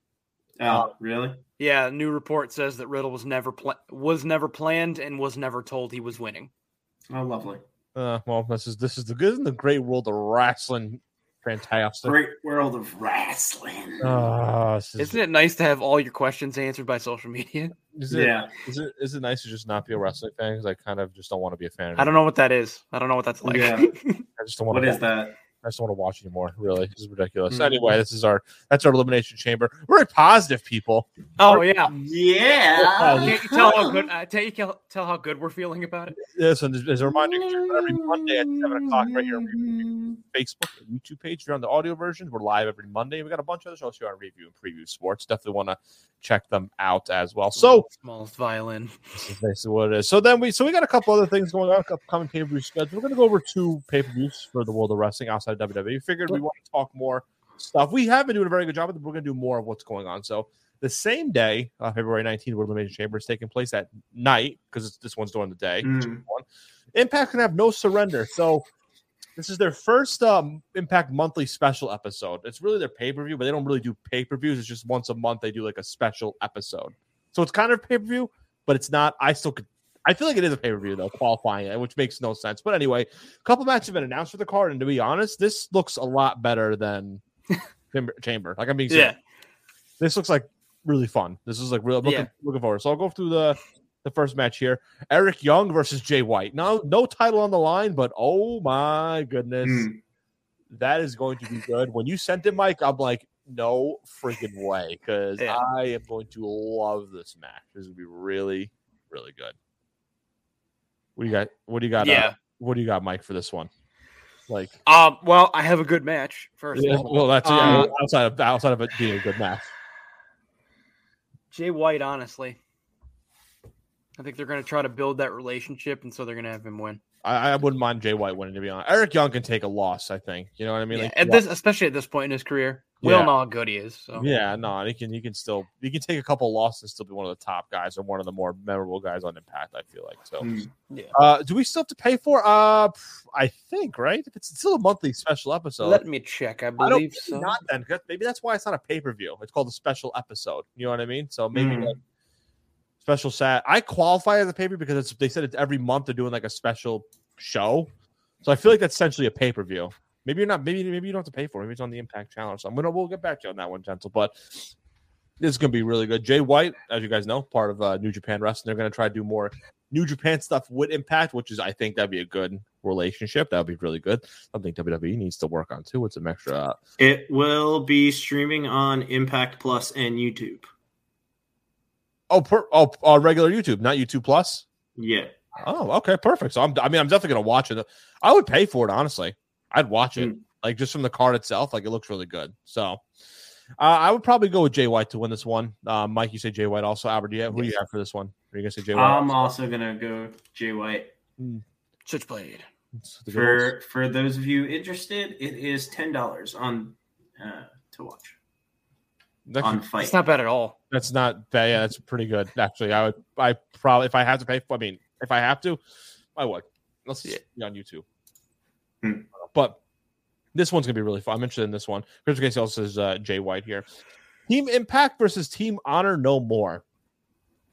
Oh, really? Yeah, a new report says that Riddle was never pla- was never planned and was never told he was winning. Oh, lovely. Uh, well, this is this is the good in the great world of wrestling. Fantastic. Great world of wrestling. Ah, this is, Isn't it nice to have all your questions answered by social media? is it, yeah, is it is it nice to just not be a wrestling fan? Because I kind of just don't want to be a fan. I don't know what that is. I don't know what that's like. Yeah. I just don't want what to. is that? I just don't want to watch anymore. Really, this is ridiculous. Anyway, this is our that's our elimination chamber. We're positive people. Oh yeah. Oh, Yeah. Can't you tell how good? Uh, tell you tell, tell how good we're feeling about it. Yes, and as- as a reminder, check out every Monday at seven o'clock right here on Review Facebook and YouTube page. If you're on the audio version, we're live every Monday. We got a bunch of other shows here on Review and Preview Sports. Definitely want to check them out as well. So smallest violin. This is basically what it is. So then we so we got a couple other things going on, upcoming pay per view schedule. We're going to go over two pay per views for the world of wrestling outside of WWE. We figured we want to talk more stuff. We have been doing a very good job, but we're going to do more of what's going on. So the same day, uh, February nineteenth, World Elimination Chamber is taking place at night because this one's during the day. Mm. One. Impact can have no surrender. So this is their first um, Impact monthly special episode. It's really their pay per view, but they don't really do pay per views. It's just once a month they do like a special episode. So it's kind of pay per view, but it's not. I still could. I feel like it is a pay per view though, qualifying it, which makes no sense. But anyway, a couple matches have been announced for the card, and to be honest, this looks a lot better than Chamber. Chamber. Like I'm being serious. Yeah. This looks like really fun. This is like real. I'm looking, Yeah. looking forward. So I'll go through the the first match here: Eric Young versus Jay White. No, no title on the line, but oh my goodness, Hmm. Mm. that is going to be good. When you sent it, Mike, I'm like, no freaking way, because Yeah. I am going to love this match. This is gonna be really, really good. What do you got? What do you got? uh, Yeah. what do you got, Mike, for this one? Like, Um. Well, I have a good match first. of all. well, that's yeah, Uh, outside of outside of it being a good match. Jay White, honestly, I think they're going to try to build that relationship, and so they're going to have him win. I, I wouldn't mind Jay White winning to be honest. Eric Young can take a loss, I think. You know what I mean? Yeah, Like, at this, especially at this point in his career, we Yeah. all know how good he is. So yeah, no, he can he can still he can take a couple losses and still be one of the top guys or one of the more memorable guys on Impact. I feel like so. Mm. Uh, do we still have to pay for? Uh, pff, I think right. If it's still a monthly special episode, let me check. I I don't believe maybe so. not then. 'cause Maybe that's why it's not a pay per view. It's called a special episode. You know what I mean? So maybe Mm. like special sat. I qualify as a pay per because it's, they said it's every month they're doing like a special show. So I feel like that's essentially a pay per view. Maybe you're not. Maybe maybe you don't have to pay for it. Maybe it's on the Impact Channel. So I'm gonna we'll get back to you on that one, gentle. But this is gonna be really good. Jay White, as you guys know, part of uh, New Japan Wrestling. They're gonna try to do more New Japan stuff with Impact, which is I think that'd be a good relationship. That would be really good. Something WWE needs to work on too. With some extra uh, It will be streaming on Impact Plus and YouTube. Oh, per, oh, uh, regular YouTube, not YouTube Plus. Yeah. Oh, okay, perfect. So I'm, I mean, I'm definitely gonna watch it. I would pay for it honestly. I'd watch Mm. it like just from the card itself. Like it looks really good. So uh, I would probably go with Jay White to win this one. Uh, Mike, you say Jay White also. Albert, do you have, who do you have for this one? Are you gonna say Jay White? I'm also gonna go Jay White. Switchblade. It's the good ones. For for those of you interested, it is ten dollars on uh, to watch That's- on Fight. It's not bad at all. That's not bad. Yeah, that's pretty good actually. I would. I probably if I have to pay. For, I mean, if I have to, I would. Let's see it on YouTube. Hmm. But this one's gonna be really fun. I'm interested in this one. Chris Casey also says uh, Jay White here. Team Impact versus Team Honor No More.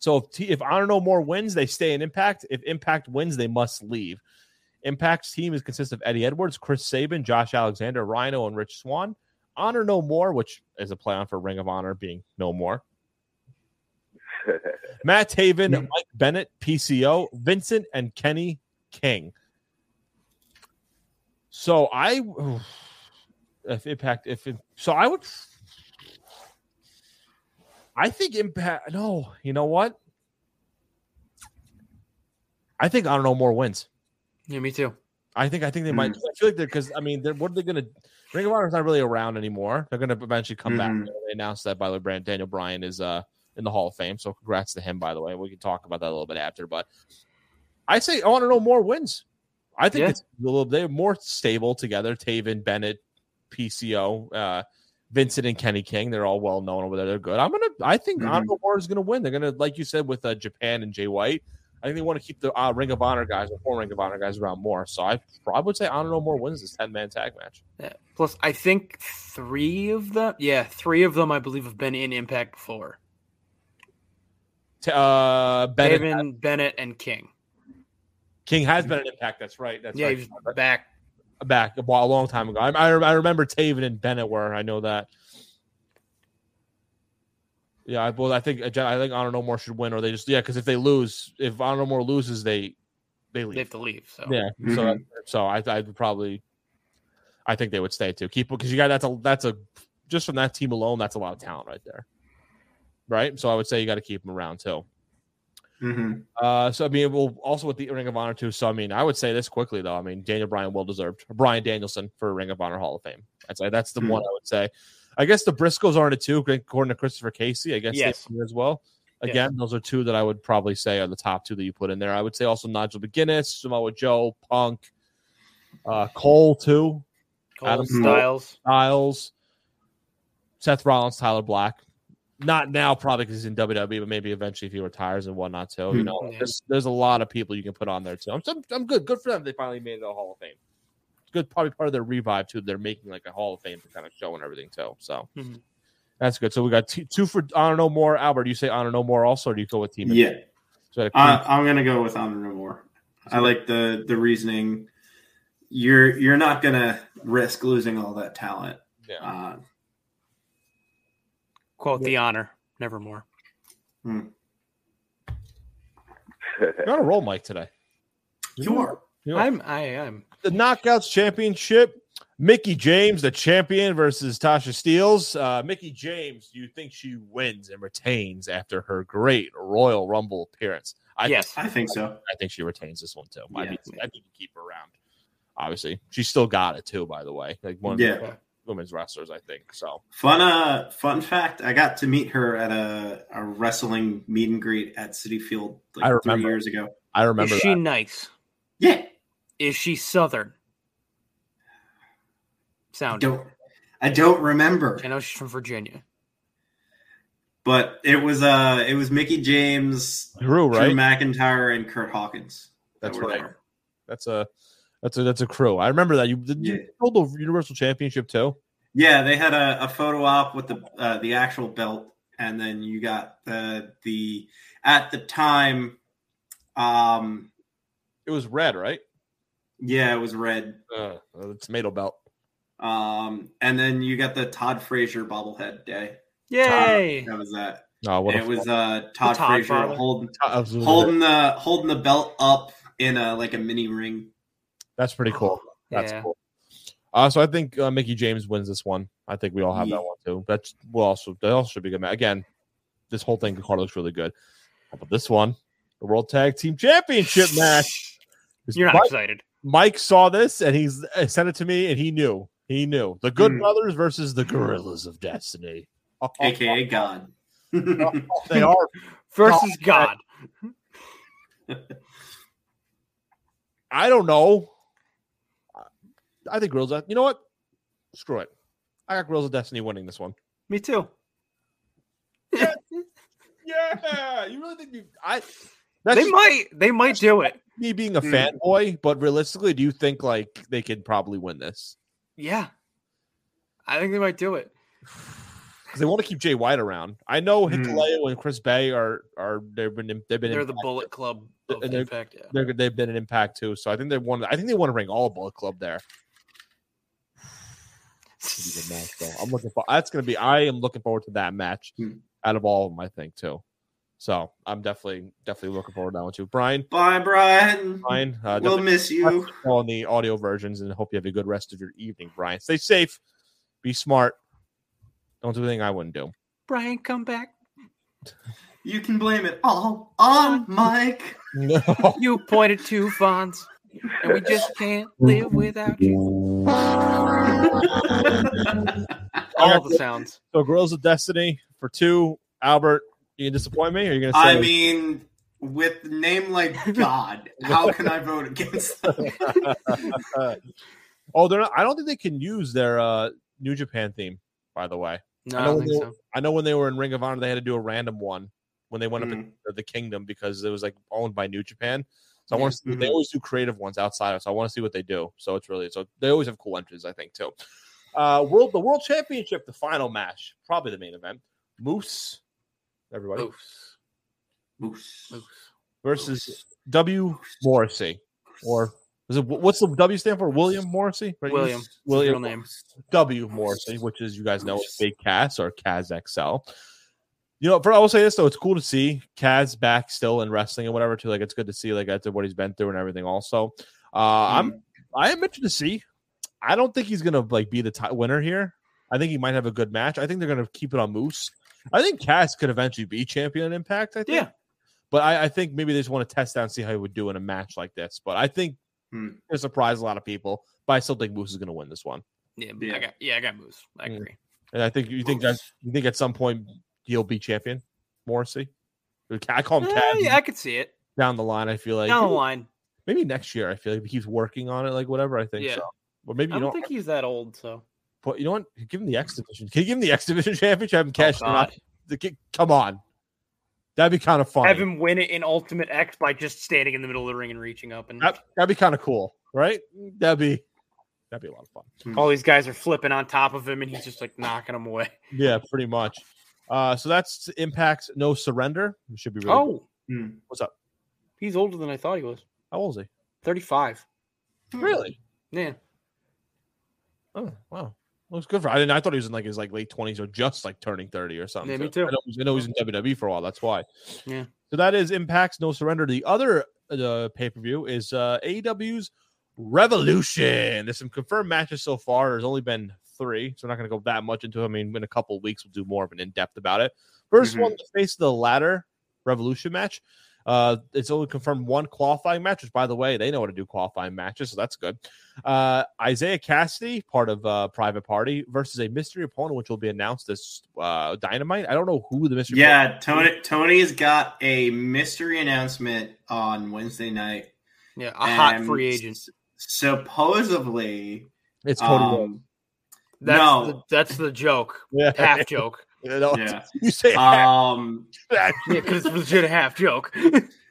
So if, T- if Honor No More wins, they stay in Impact. If Impact wins, they must leave. Impact's team is consists of Eddie Edwards, Chris Saban, Josh Alexander, Rhino, and Rich Swan. Honor No More, which is a play on for Ring of Honor being no more. Matt Taven, Yeah. Mike Bennett, PCO, Vincent, and Kenny King. So I, if Impact, if it, so, I would. I think Impact. No, you know what? I think I don't know more wins. Yeah, me too. I think I think they might. I feel like they're because I mean, they're, what are they going to? Ring of Honor is not really around anymore. They're going to eventually come Mhm. back. They announced that by the way, Brand Daniel Bryan is uh in the Hall of Fame. So congrats to him. By the way, we can talk about that a little bit after. But I say I want to know more wins. I think Yeah. it's a little. They're more stable together. Taven Bennett, PCO, uh, Vincent, and Kenny King. They're all well known over there. They're good. I'm gonna. I think Mm-hmm. Mhm. Honor War is gonna win. They're gonna like you said with uh, Japan and Jay White. I think they want to keep the uh, Ring of Honor guys or former Ring of Honor guys around more. So I probably would say Honor No More wins this 10 man tag match. Yeah. Plus, I think three of them. Yeah, three of them I believe have been in Impact before. T- uh, Bennett, Taven, Bennett, and King. King has been an impact. That's right. That's yeah, right. he was back. Back a, while- a long time ago. I, I, I remember Taven and Bennett were. I know that. Yeah, I, well, I think I think Honor No More should win, or they just yeah, because if they lose, if Honor No More loses, they they leave. Mm-hmm. uh, Mm-hmm. They have to leave. So Yeah. So, so I, I'd probably. I think they would stay too. Keep because you got that's a that's a just from that team alone, that's a lot of talent right there. Right, so I would say you got to keep them around too. Mhm. Uh, so I mean, we'll also with the Ring of Honor too. So I mean, I would say this quickly though. I mean, Daniel Bryan well deserved. Brian Danielson for Ring of Honor Hall of Fame. I'd say that's the Hmm. one I would say. I guess the Briscoes are in it too, according to Christopher Casey. I guess Yes. they are as well. Again, those are two that I would probably say are the top two that you put in there. I would say also Nigel McGuinness, Samoa Joe, Punk, uh, Cole too, Cole Adam Styles. Styles, Seth Rollins, Tyler Black. Not now, probably because he's in WWE, but maybe eventually if he retires and whatnot. So you Hmm. know, Yeah. there's there's a lot of people you can put on there too. I'm I'm, I'm good. Good for them. They finally made it to the Hall of Fame. It's good, probably part of their revive too. They're making like a Hall of Fame kind of show and everything too. So Mhm. that's good. So we got t- two for Honor No More. Albert, do you say Honor No More also, or do you go with Team? Yeah, Uh, So we had a I, I'm gonna go with Honor No More. I like the the reasoning. You're you're not gonna risk losing all that talent. yeah. Uh, Quote the honor, nevermore. You're on a roll, Mike, today. you are. You know, I'm. I am. the Knockouts Championship. Mickey James, the champion, versus Tasha Steeles. Uh, Mickey James, do you think she wins and retains after her great Royal Rumble appearance? I, yes. I think so. I think she retains this one too. I, Yeah. think, I think you keep her around. Obviously, she's still got it too. By the way, like one of Yeah. the women's wrestlers, I think. So Fun uh fun fact, I got to meet her at a, a wrestling meet and greet at City Field I like three remember. years ago. I remember Is she that. nice? Yeah. Is she southern? I Sound. don't I don't remember. I know she's from Virginia. But it was uh it was Mickey James, Drew, Oh, right? Drew McIntyre, and Kurt Hawkins. that That's were right. there. That's a that's a that's a crew. I remember that. You did Yeah. you hold the Universal Championship too. Yeah, they had a, a photo op with the uh, the actual belt, and then you got the the at the time, um, It was red, right? yeah, it was red. Uh, the tomato belt. Um, and then you got the Todd Frazier bobblehead day. Yay! That was that. Oh, what And a it was uh Todd, Todd Frazier father. holding Absolutely. holding the holding the belt up in a like a mini ring. That's pretty cool. That's Oh, Yeah. cool. Uh, so I think uh, Mickey James wins this one. I think we all have Yeah. that one too. That's will also that also should be a good. Match. Again, this whole thing card looks really good. How about this one? The World Tag Team Championship match. You're not Mike, excited. Mike saw this and he's uh, sent it to me and he knew. He knew the Good Hmm. Brothers versus the Gorillas of Destiny. Oh, aka God. they are. Versus God. I don't know. I think Gorillas. You know what? Screw it. I got Gorillas of Destiny winning this one. Me too. Yeah, you really think you? I that's They just might. They might do it. me being a Hmm. fanboy, but realistically, do you think like they could probably win this? Yeah. I think they might do it. Because they want to keep Jay White around. I know Hmm. Hikaleo and Chris Bay are are they've been they've been They're the impact- Bullet Club of And they're- Impact. Yeah. they're, they've been an impact too. So I think they want I think they want to bring all Bullet Club there. Should be a good match, though. I'm looking for that's gonna be I am looking forward to that match Hmm. out of all of them. I think too. So I'm definitely definitely looking forward to that one too. Brian, Bye, Brian. Brian, uh, we'll miss you. on the audio versions and hope you have a good rest of your evening, Brian. Stay safe, be smart. Don't do anything I wouldn't do. Brian, come back. You can blame it all on Mike. No. You pointed to Fonz, and we just can't live without you. All the sounds. So, Girls of Destiny for two. Albert, you can disappoint me, or you gonna say I mean, with a name like God, how can I vote against them? oh, they're not. I don't think they can use their uh, New Japan theme. By the way, No, I I know don't when think so. I know when they were in Ring of Honor, they had to do a random one when they went up Mm. to the Kingdom because it was like owned by New Japan. So I want to see. They Mhm. always do creative ones outside, so I want to see what they do. So it's really so they always have cool entries, I think too. Uh, world the World Championship, the final match, probably the main event. Moose, everybody Moose. Moose. Moose. versus W Morrissey, or is it what's the W stand for? William Morrissey, Right, you- William. It's his William Real name. W Morrissey, which is you guys know is Big Cass or Kaz XL. You know, for I will say this though, it's cool to see Kaz back still in wrestling and whatever too. Like Mm. it's good to see like after what he's been through and everything. Also, uh, I'm I am interested to see. I don't think he's gonna like be the ti- winner here. I think he might have a good match. I think they're gonna keep it on Moose. I think Cass could eventually be champion in Impact. I think. Yeah. But I, I think maybe they just want to test out and see how he would do in a match like this. But I think Hmm. it surprised a lot of people. But I still think Moose is gonna win this one. Yeah, Yeah. I got yeah, I got moves. I Mm. agree. And I think you think that you think at some point he'll be champion, Morrissey. I call him Eh, Cad yeah, I could see it. down the line. I feel like Down the line. maybe next year. I feel like he's working on it, like whatever. I think Yeah. so. Or maybe I you don't don't. think he's that old, so put, you know what? Give him the X division. Can you give him the X division championship? Have him cash it Oh, up. God. The kid- Come on, that'd be kind of fun. have him win it in Ultimate X by just standing in the middle of the ring and reaching up and That, that'd be kind of cool, right? That'd be that'd be a lot of fun. Hmm. all these guys are flipping on top of him and he's just like knocking them away. Yeah, pretty much. Uh, so that's impacts. No surrender. It should be really. good. Oh, Hmm. what's up? he's older than I thought he was. How old is 35. he? Really? Yeah. Oh wow, looks good for. I didn't. I thought he was in like his like late twenties or just like turning thirty or something. Yeah, me So I too. know, he's- I know he's in WWE for a while. That's why. Yeah. So that is Impact's No Surrender. The other uh, pay per view is uh, AEW's Revolution. There's some confirmed matches so far. There's only been three, so we're not going to go that much into. it. I mean, in a couple weeks we'll do more of an in depth about it. 1st Mm-hmm. Mhm. one to face the ladder Revolution match. Uh, it's only confirmed one qualifying match, which, by the way, they know how to do qualifying matches, so that's good. Uh, Isaiah Cassidy, part of uh, Private Party, versus a mystery opponent, which will be announced this uh, Dynamite. I don't know who the mystery. Yeah, Tony. Tony's got a mystery announcement on Wednesday night. Yeah. A hot and free agent. s- Supposedly, it's Cody. Rhodes. um, That's no. the, that's the joke. yeah, Half joke. You know, yeah. you say Um, that Yeah, because it's legit a half joke.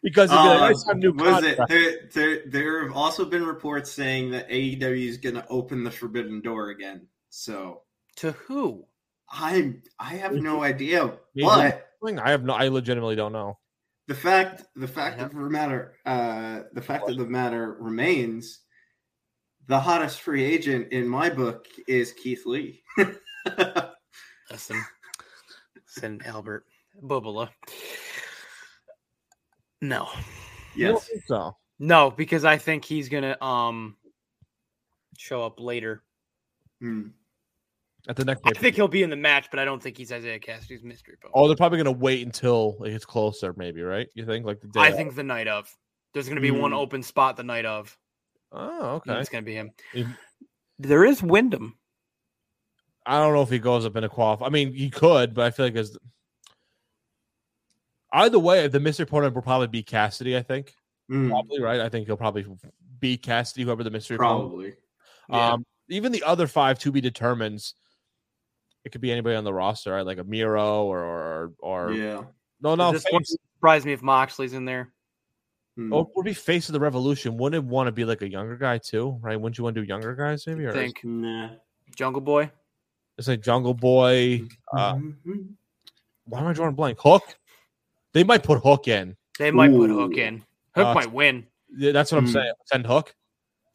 because he's uh, gonna get some new what is it? contract. There, there, there have also been reports saying that AEW is going to open the forbidden door again. So to who? I, I have no idea. Maybe. But I have no. I legitimately don't know. the fact, the fact Yeah. of the matter, uh, the fact of the matter remains. The hottest free agent in my book is Keith Lee. Listen, listen, Albert Bubala. No, You don't yes. think so no, because I think he's gonna um show up later. Hmm. at the next. I pay-per-view. think he'll be in the match, but I don't think he's Isaiah Cassidy's mystery opponent. Oh, they're probably gonna wait until it gets closer, maybe, right? You think like the day? I of- think the night of. There's gonna be one Mm. open spot the night of. Oh, and okay. It's gonna be him. If- There is Wyndham. I don't know if he goes up in a qualif. I mean, he could, but I feel like as either way, the mystery opponent will probably be Cassidy. I think Hmm. probably right. I think he'll probably beat Cassidy, whoever the mystery opponent Probably. Yeah. Um, even the other five to be determines. It could be anybody on the roster, right? Like a Miro or or or yeah. no, no. this Face, wouldn't surprise me if Moxley's in there. Hmm. oh, would be face of the revolution. Wouldn't it want to be like a younger guy too, right? Wouldn't you want to do younger guys maybe? I Or think Nah. Jungle Boy. it's like Jungle Boy. Mm-hmm. Uh, Mhm. why am I drawing a blank? Hook. They might put Hook in. They might put Ooh. Hook in. Hook Uh, might win. Yeah, That's what I'm Hmm. saying. Send Hook.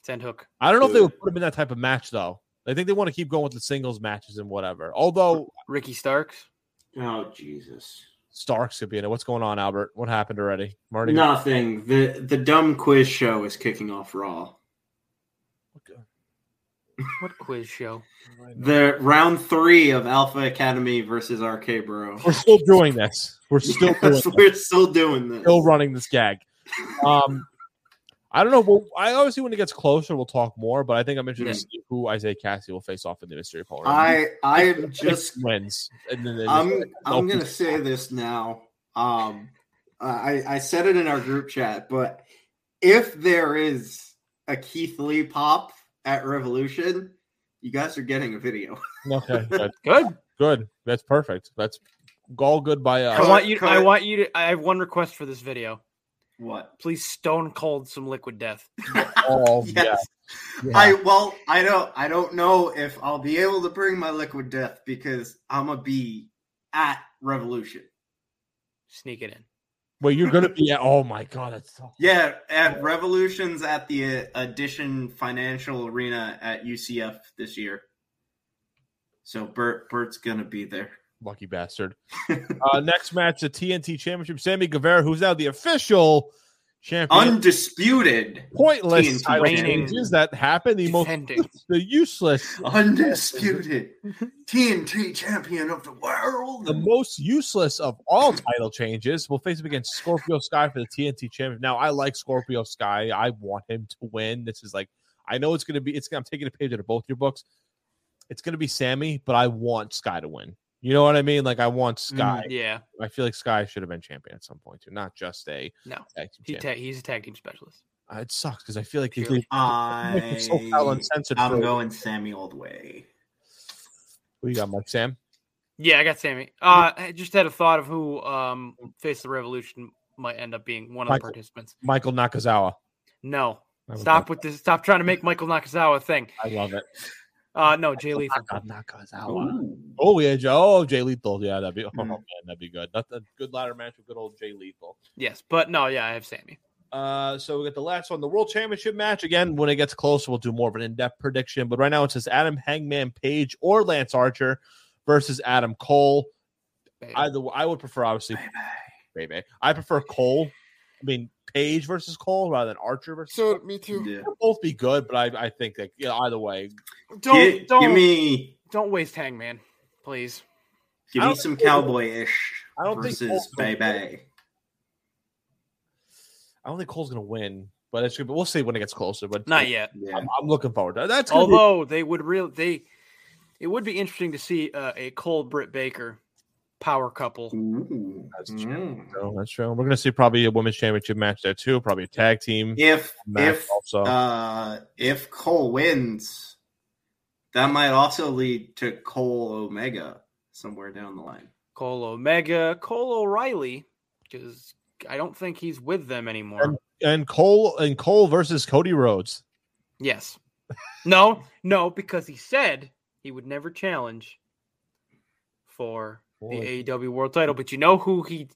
Send Hook. I don't know if they Good. would put him in that type of match though. I think they want to keep going with the singles matches and whatever. Although Ricky Starks. Oh Jesus. Starks could be in it. What's going on, Albert? What happened already? Marty? Nothing. The the dumb quiz show is kicking off Raw. What quiz show? The round three of Alpha Academy versus RK Bro. We're still doing this. We're still doing Yes, this. we're still doing this. still running this gag. Um, I don't know. Well, I obviously when it gets closer, we'll talk more. But I think I'm interested to see who Isaiah Cassidy will face off in the mystery opponent. I I am If he just wins. And then they just- I'm I'm Nope. gonna say this now. Um, I I said it in our group chat, but if there is a Keith Lee pop at Revolution, you guys are getting a video. okay. Good. Good. good. That's perfect. That's all good by us. I want you. cut I it. want you to. I have one request for this video. What? Please stone cold some liquid death. all. Yeah. Yes. I well, I don't I don't know if I'll be able to bring my liquid death because I'm gonna be at Revolution. Sneak it in. Wait, you're gonna be? Yeah. Oh my god. That's so- Yeah, at Revolution's at the uh, Addition Financial Arena at UCF this year. So Bert Bert's gonna be there. lucky bastard. uh, next match, the TNT Championship. Sammy Guevara, who's now the official champion. Undisputed. Pointless TNT title reigning. changes that happen. The most Defending. the useless, Undisputed. TNT champion of the world. the most useless of all title changes. We'll face him against Scorpio Sky for the TNT champion. Now I like Scorpio Sky. I want him to win. This is like I know it's gonna be. It's I'm taking a page out of both your books. It's gonna be Sammy, but I want Sky to win. You know what I mean? Like I want Sky. Yeah, I feel like Sky should have been champion at some point too, not just a No. tag team he champion. ta- he's a tag team specialist. Uh, it sucks because I feel like they Purely. did I, so foul uncensored. I'm for- going Sammy all the way. Who you got, Mike Sam? Yeah, I got Sammy. Uh, I just had a thought of who um face the revolution might end up being one of the Michael. participants. Michael Nakazawa. No, I would stop with this. Stop trying to make Michael Nakazawa a thing. love- I love it. Uh, no, Jay Lethal. Naka- Nakazawa. Ooh. Oh yeah, Jay- oh Jay Lethal. Yeah, that'd be oh Mm. Hmm. man, that'd be good. That's a good ladder match with good old Jay Lethal. Yes, but no, yeah, I have Sammy. Uh, so we got the last one, the World Championship match. Again, when it gets closer, we'll do more of an in-depth prediction. But right now, it says Adam Hangman Page or Lance Archer versus Adam Cole. Baby. Either I would prefer, obviously, baby. I prefer Cole. I mean, Page versus Cole rather than Archer versus. So me too. Yeah. They'll both be good, but I, I think like yeah, either way, don't Gi- don't Give me don't waste Hangman, please. give I me don't some think- cowboy-ish I don't think versus Cole's gonna Bay Bay. I don't think Cole's gonna win. But it's but we'll see when it gets closer. But Not yet. Yeah. I'm, I'm looking forward to it. That's gonna be- Although they would real they, it would be interesting to see uh, a Cole Britt Baker power couple. Ooh. That's Mm. No, that's true. We're gonna see probably a women's championship match there too. Probably a tag team If match if also. uh if Cole wins, that might also lead to Cole Omega somewhere down the line. Cole Omega, Cole O'Reilly, because I don't think he's with them anymore. and Cole and Cole versus Cody Rhodes. yes. No, no, because he said he would never challenge for the AEW World Title. But you know who he,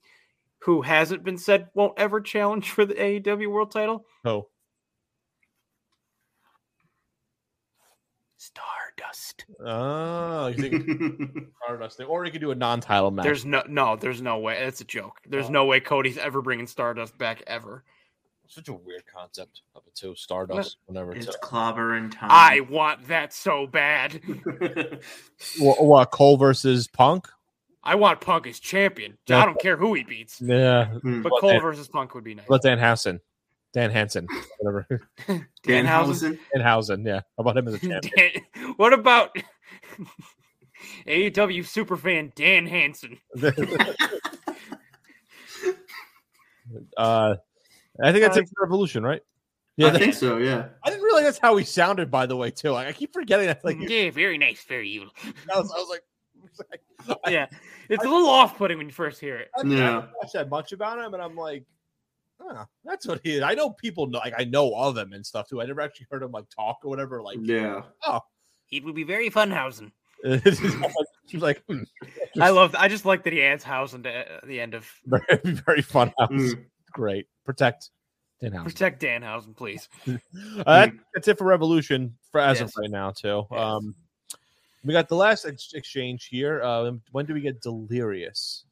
who hasn't been said won't ever challenge for the AEW World Title? Oh, Stardust. oh you think Stardust thing. Or you could do a non-title match. There's no, no, there's no way. It's a joke. There's Oh. no way Cody's ever bringing Stardust back ever. such a weird concept of it too. Stardust, whenever it's it's clobbering time. I want that so bad. what, what Cole versus Punk. I want Punk as champion. I don't care who he beats. Yeah, Hmm. But Well, Cole Dan- versus Punk would be nice. what Dan Hansen, Dan Hansen, whatever Danhausen. Danhausen? Danhausen. Yeah, How about him as a champion. Dan- what about AEW superfan Dan Hansen? uh, I think that's it for Revolution, right? Yeah, I think so, yeah. I didn't realize that's how he sounded, by the way, too. Like, I keep forgetting that. Mm. Like, Mm, yeah, very nice, very evil. I was, I was like, Yeah, it's a little off-putting when you first hear it. I, Yeah. don't watch that much about him, and I'm like, huh, that's what he is. I know people know, like, I know of him and stuff too. I never actually heard him like talk or whatever. Like, Yeah. It would be very funhausen. it's just like- it's like, hmm, I love. I just like that he adds Hausen to uh, the end of very, very fun house. Mm. Great, protect Dan House. protect Dan Hausen, please. Uh, that- that's it for Revolution for as Yes. of right now, too. Yes. Um, we got the last ex- exchange here. Uh, when do we get Delirious?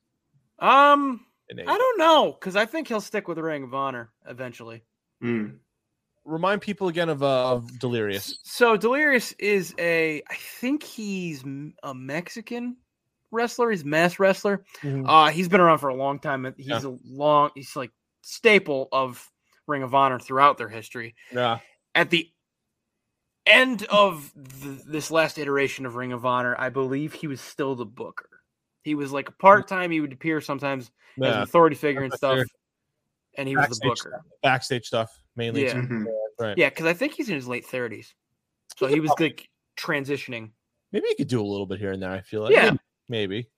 Um, In I don't know because I think he'll stick with the Ring of Honor eventually. Mm. Remind people again of, uh, of Delirious. So Delirious is a, I think he's m- a Mexican wrestler. He's a mass wrestler. Mhm. Uh, he's been around for a long time. and He's Yeah. a long, he's like staple of Ring of Honor throughout their history. Yeah. At the end of th- this last iteration of Ring of Honor, I believe he was still the booker. He was like a part time. He would appear sometimes as an Hmm. Yeah. authority figure and That's fair. stuff, and he was the Backstage booker. backstage stuff mainly. Yeah. Mhm. Right. Yeah, because I think he's in his late thirties, so he was like transitioning. Maybe you could do a little bit here and there. I feel like. Yeah. Maybe.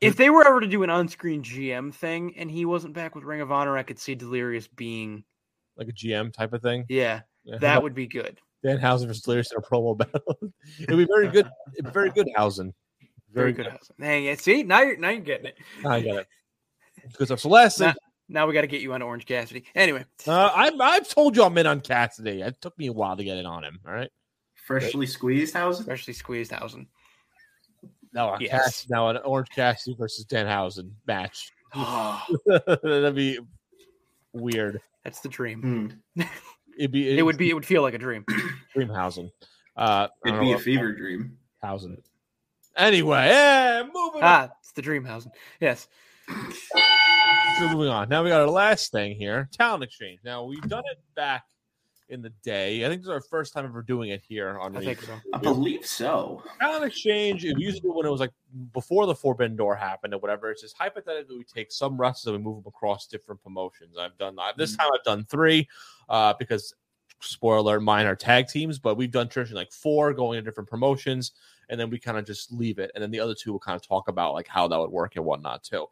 if they were ever to do an on-screen GM thing and he wasn't back with Ring of Honor, I could see Delirious being Like a GM type of thing. yeah, Yeah. that would be good. Dan Housen versus Delirious in a promo battle. It'd be very good. it'd be Very good Housen. Very good. Hey, yeah, see now you're now you're getting it. good. I got it. Because of Celeste. Nah. Now we got to get you on Orange Cassidy. Anyway, Uh, I've, I've told you I'm in on Cassidy. It took me a while to get in on him. All right. Freshly squeezed Hausen? especially Squeeze Thousand. Now, on Yes. Cass- now an Orange Cassidy versus Dan Housen match. Oh, That'd be weird. That's the dream. Hmm. It'd be It would be. It would feel like a dream. Dreamhausen. Uh, I It'd don't be know a what- fever dream. Hausen. Anyway, yeah, moving on. Ah, it's the dream housing. Yes. So moving on. Now we got our last thing here: talent exchange. Now we've done it back in the day. I think this is our first time ever doing it here on I the think so. I believe so. talent exchange. It used to be when it was like before the forbidden door happened or whatever. It's just hypothetically we take some wrestlers and we move them across different promotions. I've done I, Mm. this time. I've done three uh, because spoiler alert, mine are tag teams, but we've done traditionally like four going to different promotions, and then we kind of just leave it, and then the other two will kind of talk about like how that would work and whatnot too.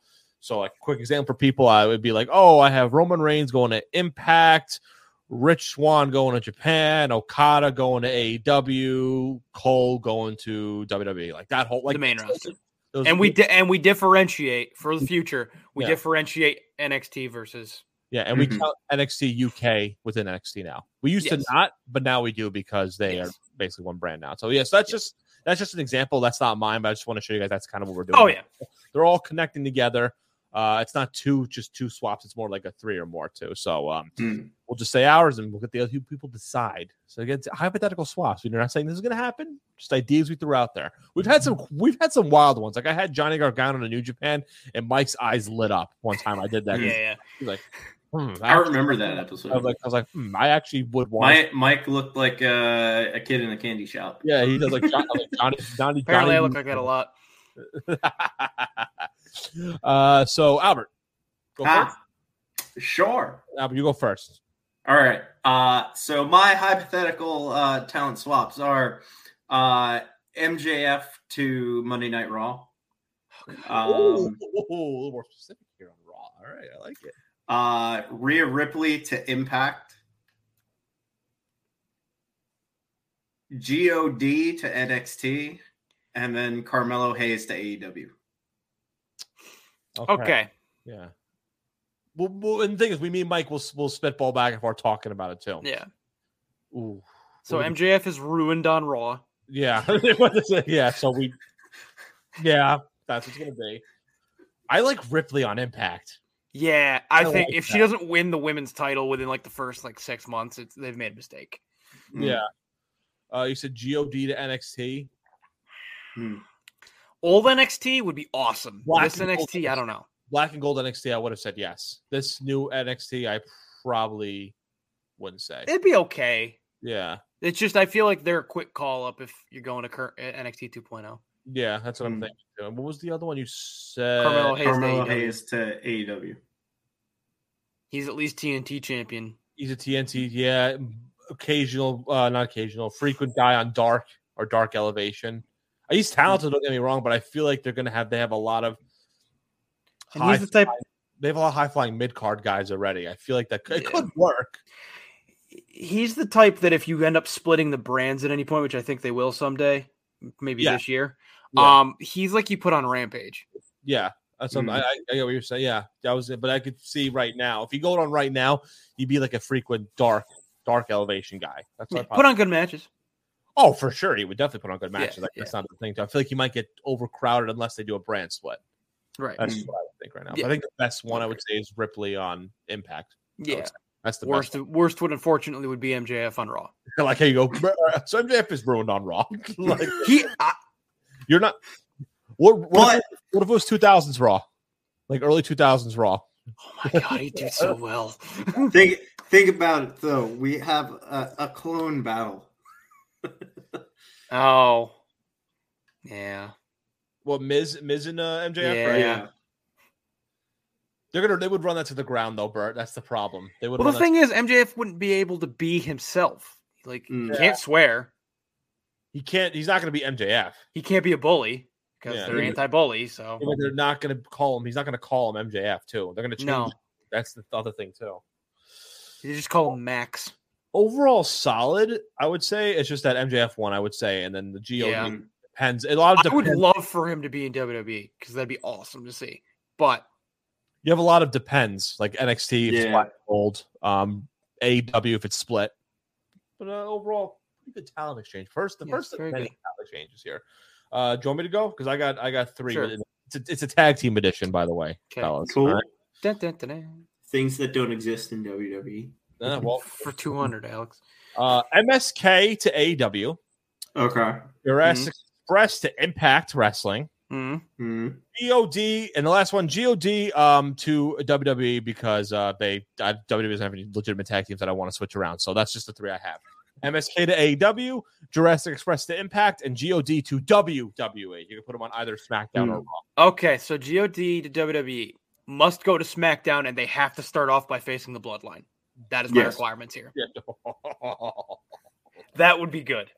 So, like quick example for people, I would be like, oh, I have Roman Reigns going to Impact. Rich Swan going to Japan, Okada going to AEW, Cole going to WWE, like that whole like The main roster. those- And we di- and we differentiate for the future. We Yeah. differentiate NXT versus. yeah, and we Mhm. count NXT UK within NXT now. We used Mm-hmm. Yes. to not, but now we do because they Yes. are basically one brand now. So yes, that's just that's just an example. That's not mine, but I just want to show you guys that's kind of what we're doing. Oh yeah, they're all connecting together. Uh, it's not two, just two swaps. It's more like a three or more too. So um, Hmm. we'll just say ours, and we'll get the other two people decide. So again, it's hypothetical swaps. We're not saying this is going to happen. Just ideas we threw out there. We've had some, Mm-hmm. we've had some wild ones. Like I had Johnny Gargano in a New Japan, and Mike's eyes lit up one time. I did yeah, that. yeah. He's like, hmm, I, I remember that I was episode. like, I was like, hmm, I actually would want. My, Mike looked like uh, a kid in a candy shop. yeah, he does like, John, like Johnny, Johnny. Apparently, Johnny I look like that a lot. uh, so Albert, go Huh? Ah, Sure. first. Albert, you go first. All right. Uh, so my hypothetical uh, talent swaps are uh, MJF to Monday Night Raw. Um, a little more specific here on Raw. All right, I like it. uh, Rhea Ripley to Impact. God to NXT, and then Carmelo Hayes to E AEW. Okay. Yeah. Well, well, and the thing is, we, me and Mike will will spitball back and forth talking about it too. yeah. Ooh. So Ooh. MJF is ruined on Raw. Yeah. What is it? yeah. So we. Yeah, that's what's gonna be. I like Ripley on Impact. Yeah, I, I like think if that. she doesn't win the women's title within like the first like six months, it's they've made a mistake. Hmm. Yeah. Uh, you said God to NXT. Old NXT would be awesome. Black this and gold NXT, I don't know. Black and Gold NXT. I would have said yes. This new NXT, I probably wouldn't say. It'd be okay. Yeah. It's just I feel like they're a quick call up if you're going to uh, cur- NXT 2.0. Yeah, that's what I'm Hmm. thinking. too. And What was the other one you said? Uh, Carmelo Hayes, to E Carmelo AEW. Hayes to E AEW. He's at least TNT champion. He's a TNT, yeah. Occasional, uh, not occasional, frequent guy on dark or dark elevation. Uh, He's talented. Don't get me wrong, but I feel like they're gonna have they have a lot of And high, he's the type. they have a lot of high flying mid card guys already. I feel like that could, Yeah. it could work. He's the type that if you end up splitting the brands at any point, which I think they will someday, maybe Yeah. this year. Yeah. Um, he's like you put on Rampage. Yeah, that's something. Hmm. I, I, I get what you're saying. Yeah, that was it. But I could see right now if you go on right now, you'd be like a frequent dark dark elevation guy. That's what I Yeah, probably put on good matches. Oh, for sure, he would definitely put on good Yeah, matches. like, That's not the thing. I feel like he might get overcrowded unless they do a brand split. Right. That's Mm. what I think right now. Yeah. I think the best one I would say is Ripley on Impact. yeah. That's the Worst best. worst would unfortunately would be MJF on Raw. I like how you go. "Bruh, So MJF is ruined on Raw. like He I, you're not. What? What, But If, what if it was 2000s Raw? Like early 2000s Raw. oh my god, he did so well. think think about it though. We have a, a clone battle. Oh. Yeah. Well, Miz, Miz and uh, MJF. Yeah. Right? They're gonna. They would run that to the ground though, Bert. That's the problem. They would. Well run the that thing is MJF wouldn't be able to be himself. Like he Mm. can't swear. he can't. He's not gonna be MJF. He can't be a bully because Yeah. they're anti-bully, so Yeah, but they're not going to call him. He's not going to call him MJF too. They're going to change. no. That's the other thing too. You just call him Max. Overall, solid. I would say it's just that MJF one. I would say, and then the Geo Yeah. depends. A lot of I would depends. love for him to be in WWE because that'd be awesome to see. But you have a lot of depends, like NXT if it's Yeah. black and gold, um, AW if it's split. But uh, overall, pretty good talent exchange. First, the Yes, first of very many good. talent exchanges here. Uh, do you want me to go? Because I got I got three. Sure. It's a, it's a tag team edition, by the way, Okay. fellas. Cool. All right? dun, dun, dun, dun. Things that don't exist in E. WWE. Eh, well, for 200, Alex. uh, MSK to AW, Okay. Jurassic Express to Impact Wrestling, hmm Hmm. God, and the last one, God um, to WWE because uh, they I, WWE doesn't have any legitimate tag teams that I want to switch around. So that's just the three I have. MSK to AW, Jurassic Express to Impact, and God to WWE. You can put them on either SmackDown or Raw. Okay, so God to WWE must go to SmackDown, and they have to start off by facing the Bloodline. That is my Yes. requirements here. Yeah. That would be good.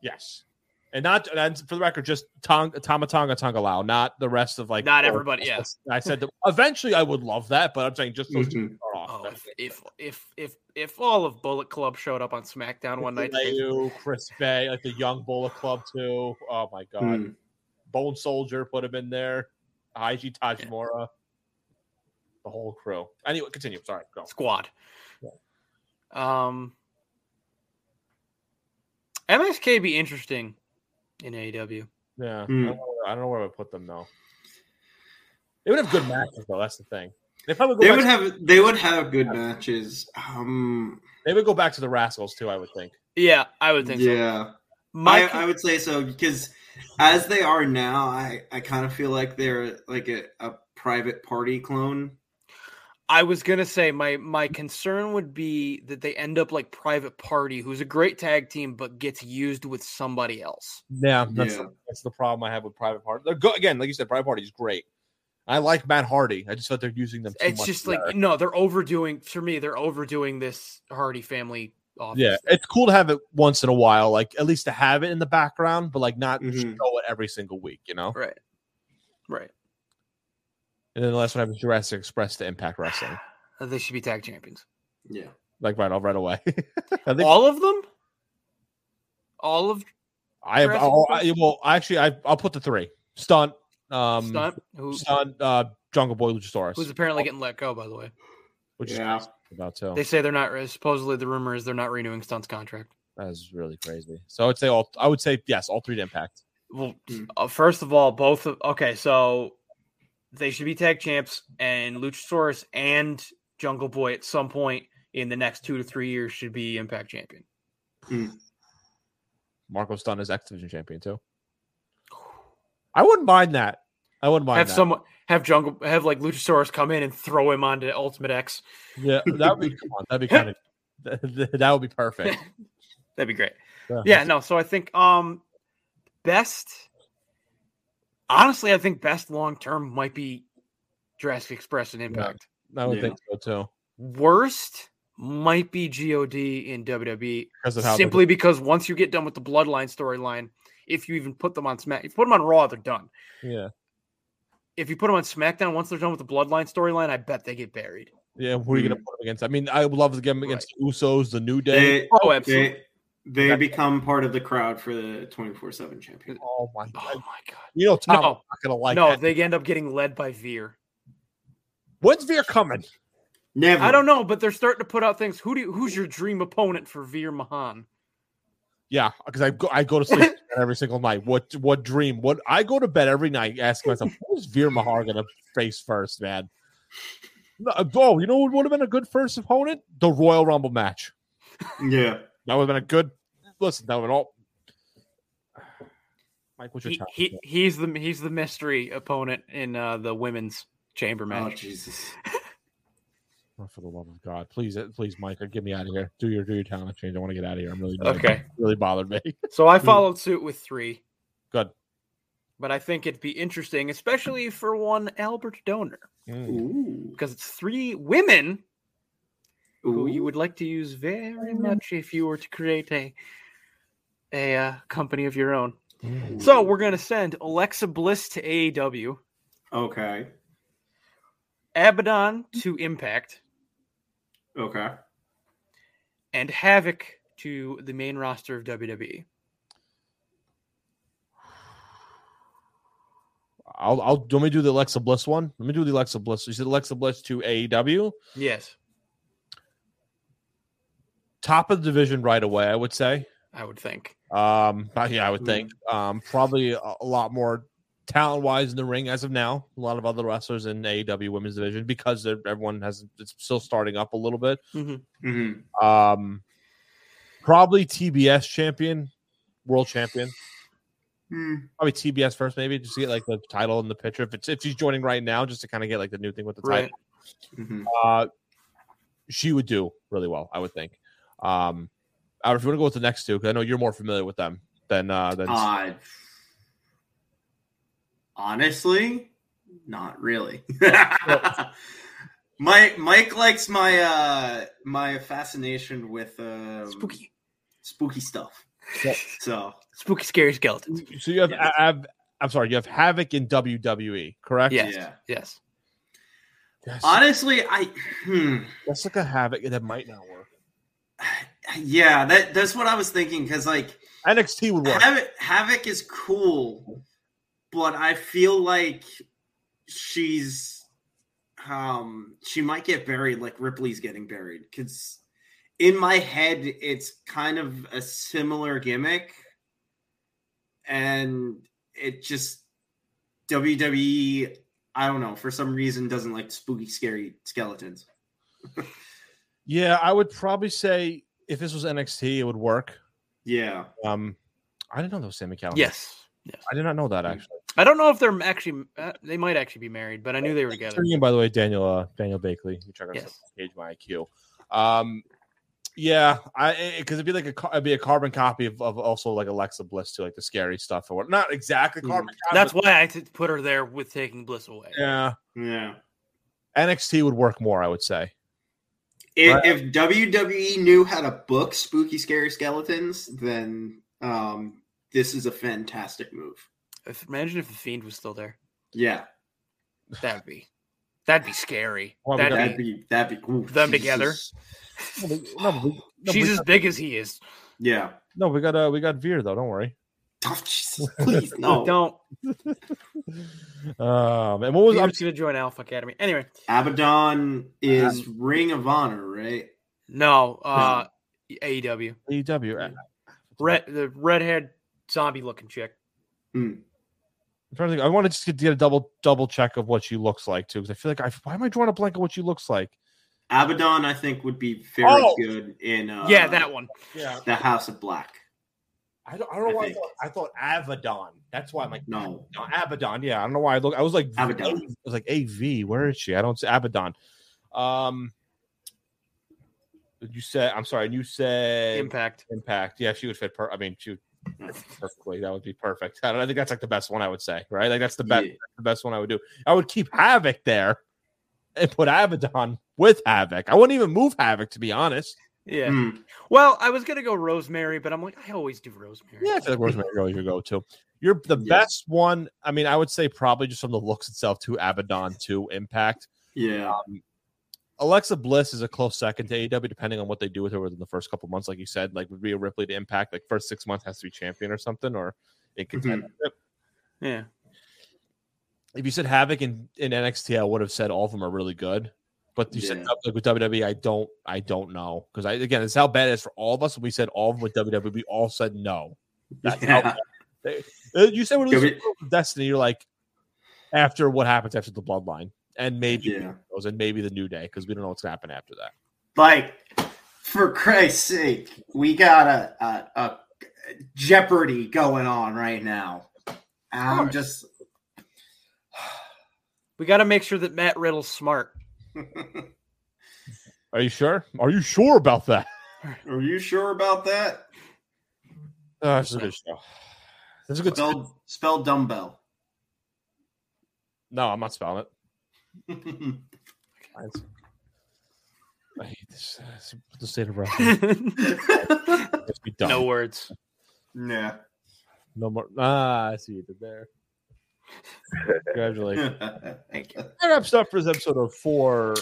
yes, and not and for the record, just Tong, Tama Tonga Tonga Lao, not the rest of like Not everybody, yeah. I said that eventually I would love that, but I'm saying just those two Mhm. to start off. Oh, That's if it. if if if, if all of Bullet Club showed up on SmackDown one night, to Leu, Chris Bay, like the young Bullet Club too. Oh my god, Hmm. Bone Soldier put him in there. Haiji Tajimura, the whole crew. Anyway, continue. Sorry, go. squad. Um, MSK be interesting in E AEW. Yeah, Hmm. I, don't know where, I don't know where I would put them though. They would have good matches though. That's the thing. They probably go They back would to- have they would have good matches. Um, they would go back to the Rascals too. I would think. Yeah, I would think so. yeah. My I, I would say so because as they are now, I, I kind of feel like they're like a, a private party clone. I was gonna say my my concern would be that they end up like Private Party, who's a great tag team but gets used with somebody else. Yeah, that's Yeah. The, that's the problem I have with Private Party. They're good again, like you said. Private Party is great. I like Matt Hardy. I just thought they're using them. Too It's much just like there. no, they're overdoing. For me, they're overdoing this Hardy family. Office. yeah, it's cool to have it once in a while, like at least to have it in the background, but like not Mhm. show it every single week, you know. right, right. And then the last one I have is Jurassic Express to Impact Wrestling, Uh, They should be tag champions. Yeah. like right off right away. I think All of them. All of I have. Jurassic All, Express? I, well, actually, I I'll put the three stunt, um, stunt, stunt who, uh, Jungle Boy Luchasaurus, who's apparently getting let go. By the way, which Yeah. is crazy about too. they say they're not. Supposedly, the rumor is they're not renewing Stunt's contract. That's really crazy. So I would say all. I would say yes, all three to Impact. Well, Mm. uh, first of all, both of okay, so they should be tag champs, and Luchasaurus and Jungle Boy at some point in the next two to three years should be Impact champion. Marco Stunt is X Division champion too. I wouldn't mind that. I wouldn't mind have that. someone have Jungle have like Luchasaurus come in and throw him onto Ultimate X. yeah, that would be come on, that'd be kind of that, that would be perfect. That'd be great. Yeah. Yeah, no. So I think um best. Honestly, I think best long term might be Jurassic Express and Impact. I would Yeah. think so too Worst might be God in E. WWE. because of how they're- simply because once you get done with the bloodline storyline, if you even put them on Smack, if you put them on Raw, they're done. yeah If you put them on SmackDown, once they're done with the bloodline storyline, I bet they get buried. yeah. Who are you Mm-hmm. gonna put them against? I mean, I would love to get them against the Usos, the New Day. They Oh, absolutely. they, they become part of the crowd for the 24 7 champion. oh my Oh god! my god. You know Tom's No. not gonna like no, that. they end up getting led by Veer. When's Veer coming? Never. I don't know, but they're starting to put out things. Who do you, who's your dream opponent for Veer Mahan? Yeah, because I go I go to sleep every single night. What what dream? What I go to bed every night asking myself, who's Veer Mahar gonna face first, man? No, oh, you know what would have been a good first opponent? The Royal Rumble match. Yeah. That would have been a good listen, that would all Mike, what's your He, time? he he's the he's the mystery opponent in uh, the women's chamber Oh, match. Jesus. Oh, for the love of God. Please, uh, please, Mike, get me out of here. Do your do your talent change. I want to get out of here. I'm really okay, really bothered me. so I followed suit with three, Good. but I think it'd be interesting, especially for one Albert Donor. Mm. Ooh. because it's three women who you Ooh. would like to use very much if you were to create a a uh, company of your own. So we're gonna send Alexa Bliss to E AEW, Okay. Abaddon to Impact, Okay. and Havoc to the main roster of E. WWE. I'll I'll do me do the Alexa Bliss one. Let me do the Alexa Bliss. You said Alexa Bliss to E AEW. Yes, top of the division right away, I would say. I would think. Um, but yeah, I would think um, probably a, a lot more talent wise in the ring as of now. A lot of other wrestlers in AEW women's division because they're- everyone has it's still starting up a little bit. Mm-hmm. Mhm. Um, probably TBS champion, world champion. Hmm. Probably TBS first, maybe just to get like the title in the picture. If it's if she's joining right now, just to kind of get like the new thing with the title. Right. Mhm. Uh, she would do really well, I would think. Um, Albert, if you want to go with the next two, because I know you're more familiar with them than uh, than Uh, honestly, not really. my Mike likes my uh my fascination with um, Spooky, spooky stuff. Yeah. So spooky, scary skeletons. So you have, Yeah. I, have I'm sorry, you have Havoc in WWE, correct? Yes. yeah, Yes. Yes. honestly, I hmm, That's like a Havoc that might not work. yeah that that's what I was thinking because like NXT would work. Havoc, Havoc is cool, but I feel like she's um she might get buried like Ripley's getting buried because in my head it's kind of a similar gimmick and it just WWE I don't know for some reason doesn't like spooky scary skeletons. Yeah, I would probably say if this was NXT, it would work. Yeah. Um, I didn't know that was Sammy Callihan. Yes. I did not know that actually. I don't know if they're actually. Uh, they might actually be married, but I knew they were together. Turning in, by the way, Daniel uh, Daniel Bakley. You check out Yes. yes. page my IQ. Um, yeah, I because it'd be like a ca- it'd be a carbon copy of, of also like Alexa Bliss too, like the scary stuff or what. Not exactly Mhm. carbon. copy, That's but- why I t- put her there with taking Bliss away. yeah. Yeah. NXT would work more, I would say. If, Right. if WWE knew how to book spooky, scary skeletons, then um, this is a fantastic move. If, imagine if the fiend was still there. Yeah, That'd be. That'd be scary. Well, we that'd that'd be, be that'd be ooh, Them together. No, she's we, as big as he is. Yeah, no, we got uh, we got Veer though. Don't worry. oh, Jesus, please no. Don't. Um, and what was I'm I'm, just gonna join Alpha Academy anyway. Abaddon is Ring of Honor, right? No, uh, AEW. AEW? I'm Red, the redhead zombie looking chick. trying to think. I want to just get, get a double double check of what she looks like too, because I feel like I why am I drawing a blank on what she looks like? Abaddon, I think, would be very Oh! good in uh, yeah, that one. Yeah, the House of Black. I don't, I don't know I why I think. thought, I thought Abaddon. That's why I'm like No, no Abaddon. Yeah, I don't know why I look. I was like Abaddon. I was like AV. Where is she? I don't see Abaddon. Um, you said I'm sorry. and You said Impact. Impact. Yeah, she would fit. Per- I mean, she would fit perfectly. That would be perfect. I, don't, I think that's like the best one I would say. Right? Like that's the best. Yeah. The best one I would do. I would keep Havoc there and put Abaddon with Havoc. I wouldn't even move Havoc to be honest. Yeah. Hmm. Well, I was gonna go Rosemary, but I'm like, I always do Rosemary. Yeah, I feel like Rosemary Hill is your go-to. You're the Yes. best one. I mean, I would say probably just from the looks itself to Abaddon to Impact. yeah, Alexa Bliss is a close second to AEW, depending on what they do with her within the first couple months. Like you said, like with Rhea Ripley to Impact, like first six months has to be champion or something, or in Mm-hmm. contention. Yeah. If you said Havoc in, in NXT, I would have said all of them are really good. But you said Yeah. like with WWE, I don't, I don't know because I again, it's how bad it is for all of us. When we said all of them with WWE, we all said no. That's how yeah. Uh, You said we're Can losing Destiny. You're like after what happens after the Bloodline, and maybe Yeah. those, and maybe the New Day because we don't know what's gonna happen after that. Like, for Christ's sake, we got a, a, a Jeopardy going on right now. I'm course. just. We got to make sure that Matt Riddle's smart. Are you sure? Are you sure about that? Are you sure about that? Oh, this is a good show. This is a good. Spell, spell dumbbell. no, I'm not spelling it. All I hate this. This is The state of wrestling. no Let's be done. No, words. yeah. more. Ah, I see what you did there. Congratulations. Thank you. That wraps up for this episode of Four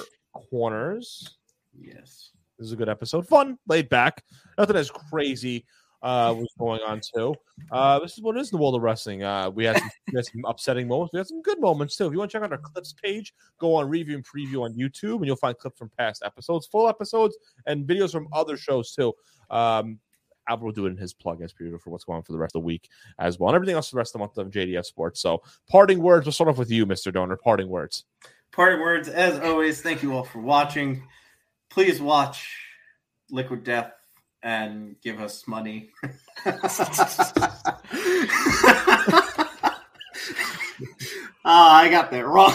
Corners. Yes. This is a good episode. Fun, laid back. Nothing as crazy uh was going on too. Uh this is what is the world of wrestling. Uh we had some, we had some upsetting moments. We had some good moments too. If you want to check out our clips page, go on review and preview on YouTube and you'll find clips from past episodes, full episodes, and videos from other shows too. Um Albert will do it in his plug as period for what's going on for the rest of the week as well, and everything else for the rest of the month of JDF Sports. So, parting words. We'll start off with you, Mister Donor. Parting words. Parting words, as always. Thank you all for watching. Please watch Liquid Death and give us money. Ah, I got that wrong.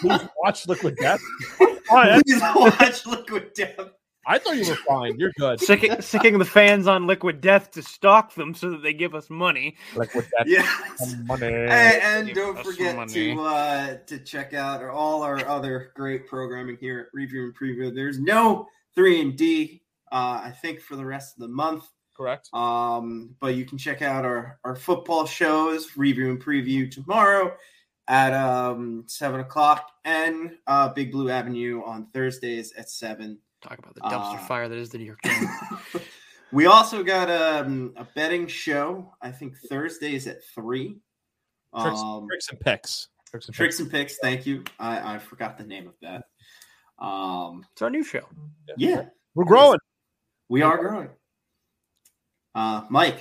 Please watch Liquid Death. Oh, Please watch Liquid Death. I thought you were fine. You're good. Sicking, sicking the fans on Liquid Death to stalk them so that they give us money. Liquid Death. Yes. Money. And, and Give don't us forget money. to uh, to check out all our other great programming here at Review and Preview. There's no three and D, uh, I think, for the rest of the month. Correct. Um, but you can check out our, our football shows, review and preview tomorrow at um, seven o'clock, and uh, Big Blue Avenue on Thursdays at seven. Talk about the dumpster Uh, fire that is the New York Giants. we also got um, a betting show. I think Thursdays at three. Tricks, Um, tricks and picks. Tricks and tricks and picks. Thank you. I, I forgot the name of that. Um, It's our new show. picks. yeah, We're growing. we are growing. Uh, Mike,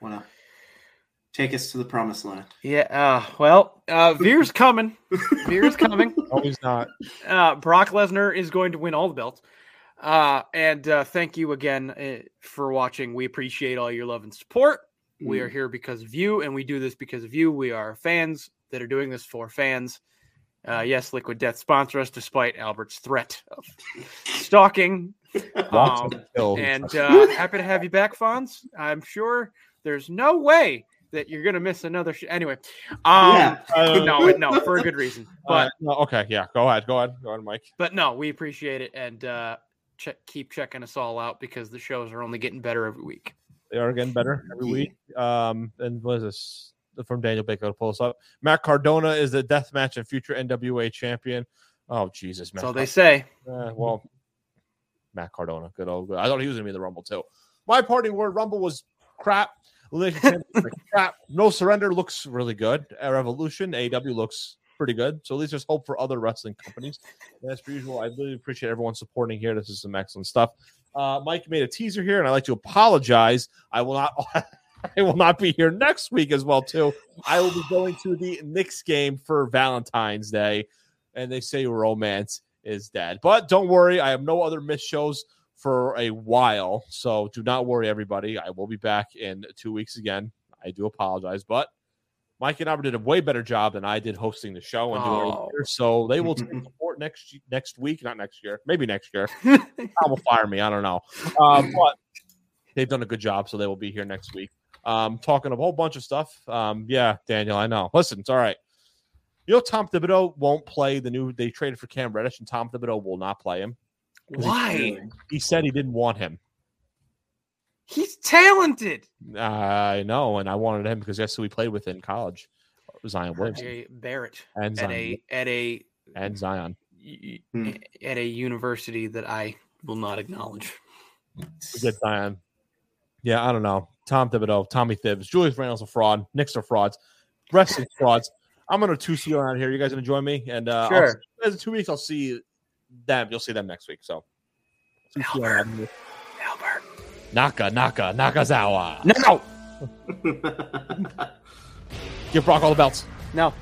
wanna take us to the promised land? Yeah. Uh, well, uh, Veer's coming. Veer's coming. No, he's not. Uh, Brock Lesnar is going to win all the belts. Uh, and uh, thank you again uh, for watching. We appreciate all your love and support. We are here because of you, and we do this because of you. We are fans that are doing this for fans. Uh, yes, Liquid Death sponsor us despite Albert's threat of stalking. Lots Um, of kills. and uh, happy to have you back, Fonz. I'm sure there's no way that you're going to miss another. Sh- anyway, um, Yeah. Uh, no, no, for a good reason. But uh, no, okay, yeah. Go ahead. Go ahead. Go ahead, Mike. but no, we appreciate it and uh, check, keep checking us all out because the shows are only getting better every week. They are getting better every Yeah. week. Um, and what is this from Daniel Baker to pull us up? Matt Cardona is the death match and future NWA champion. Oh Jesus, Matt. That's all they Car- say. Eh, well, Matt Cardona, good old. I thought he was gonna be in the Rumble too. My parting word: Rumble was crap. Elimination Chamber was crap. No surrender looks really good. At Revolution AW looks pretty good. So at least there's hope for other wrestling companies. And as per usual, I really appreciate everyone supporting here. This is some excellent stuff. Uh, Mike made a teaser here, and I'd like to apologize. I will not. I will not be here next week as well too. I will be going to the Knicks game for Valentine's Day, and they say romance is dead. But don't worry, I have no other missed shows for a while, so do not worry, everybody. I will be back in two weeks again. I do apologize, but Mike and Albert did a way better job than I did hosting the show and doing Oh. it here, so they will take support next next week, not next year, maybe next year. Tom will fire me. I don't know. Um, but they've done a good job, so they will be here next week. Um, talking a whole bunch of stuff. Um, yeah, Daniel, I know. Listen, it's all right. You know, Tom Thibodeau won't play the new. They traded for Cam Reddish, and Tom Thibodeau will not play him. Why? He said he didn't want him. He's talented. I know, and I wanted him because that's who we played with in college, Zion Williamson RJ Barrett and at Zion a at a and Zion. y- Hmm. at a university that I will not acknowledge. We get Zion. Yeah, I don't know. Tom Thibodeau, Tommy Thibs, Julius Randle's a fraud. Knicks are frauds. Wrestling frauds. I'm gonna two seal out here. You guys gonna join me? And uh, I'll- Sure. in two weeks, I'll see them. You'll see them next week. So, Albert. Albert. Naka, Naka, Nakazawa. No. Give Brock all the belts. No.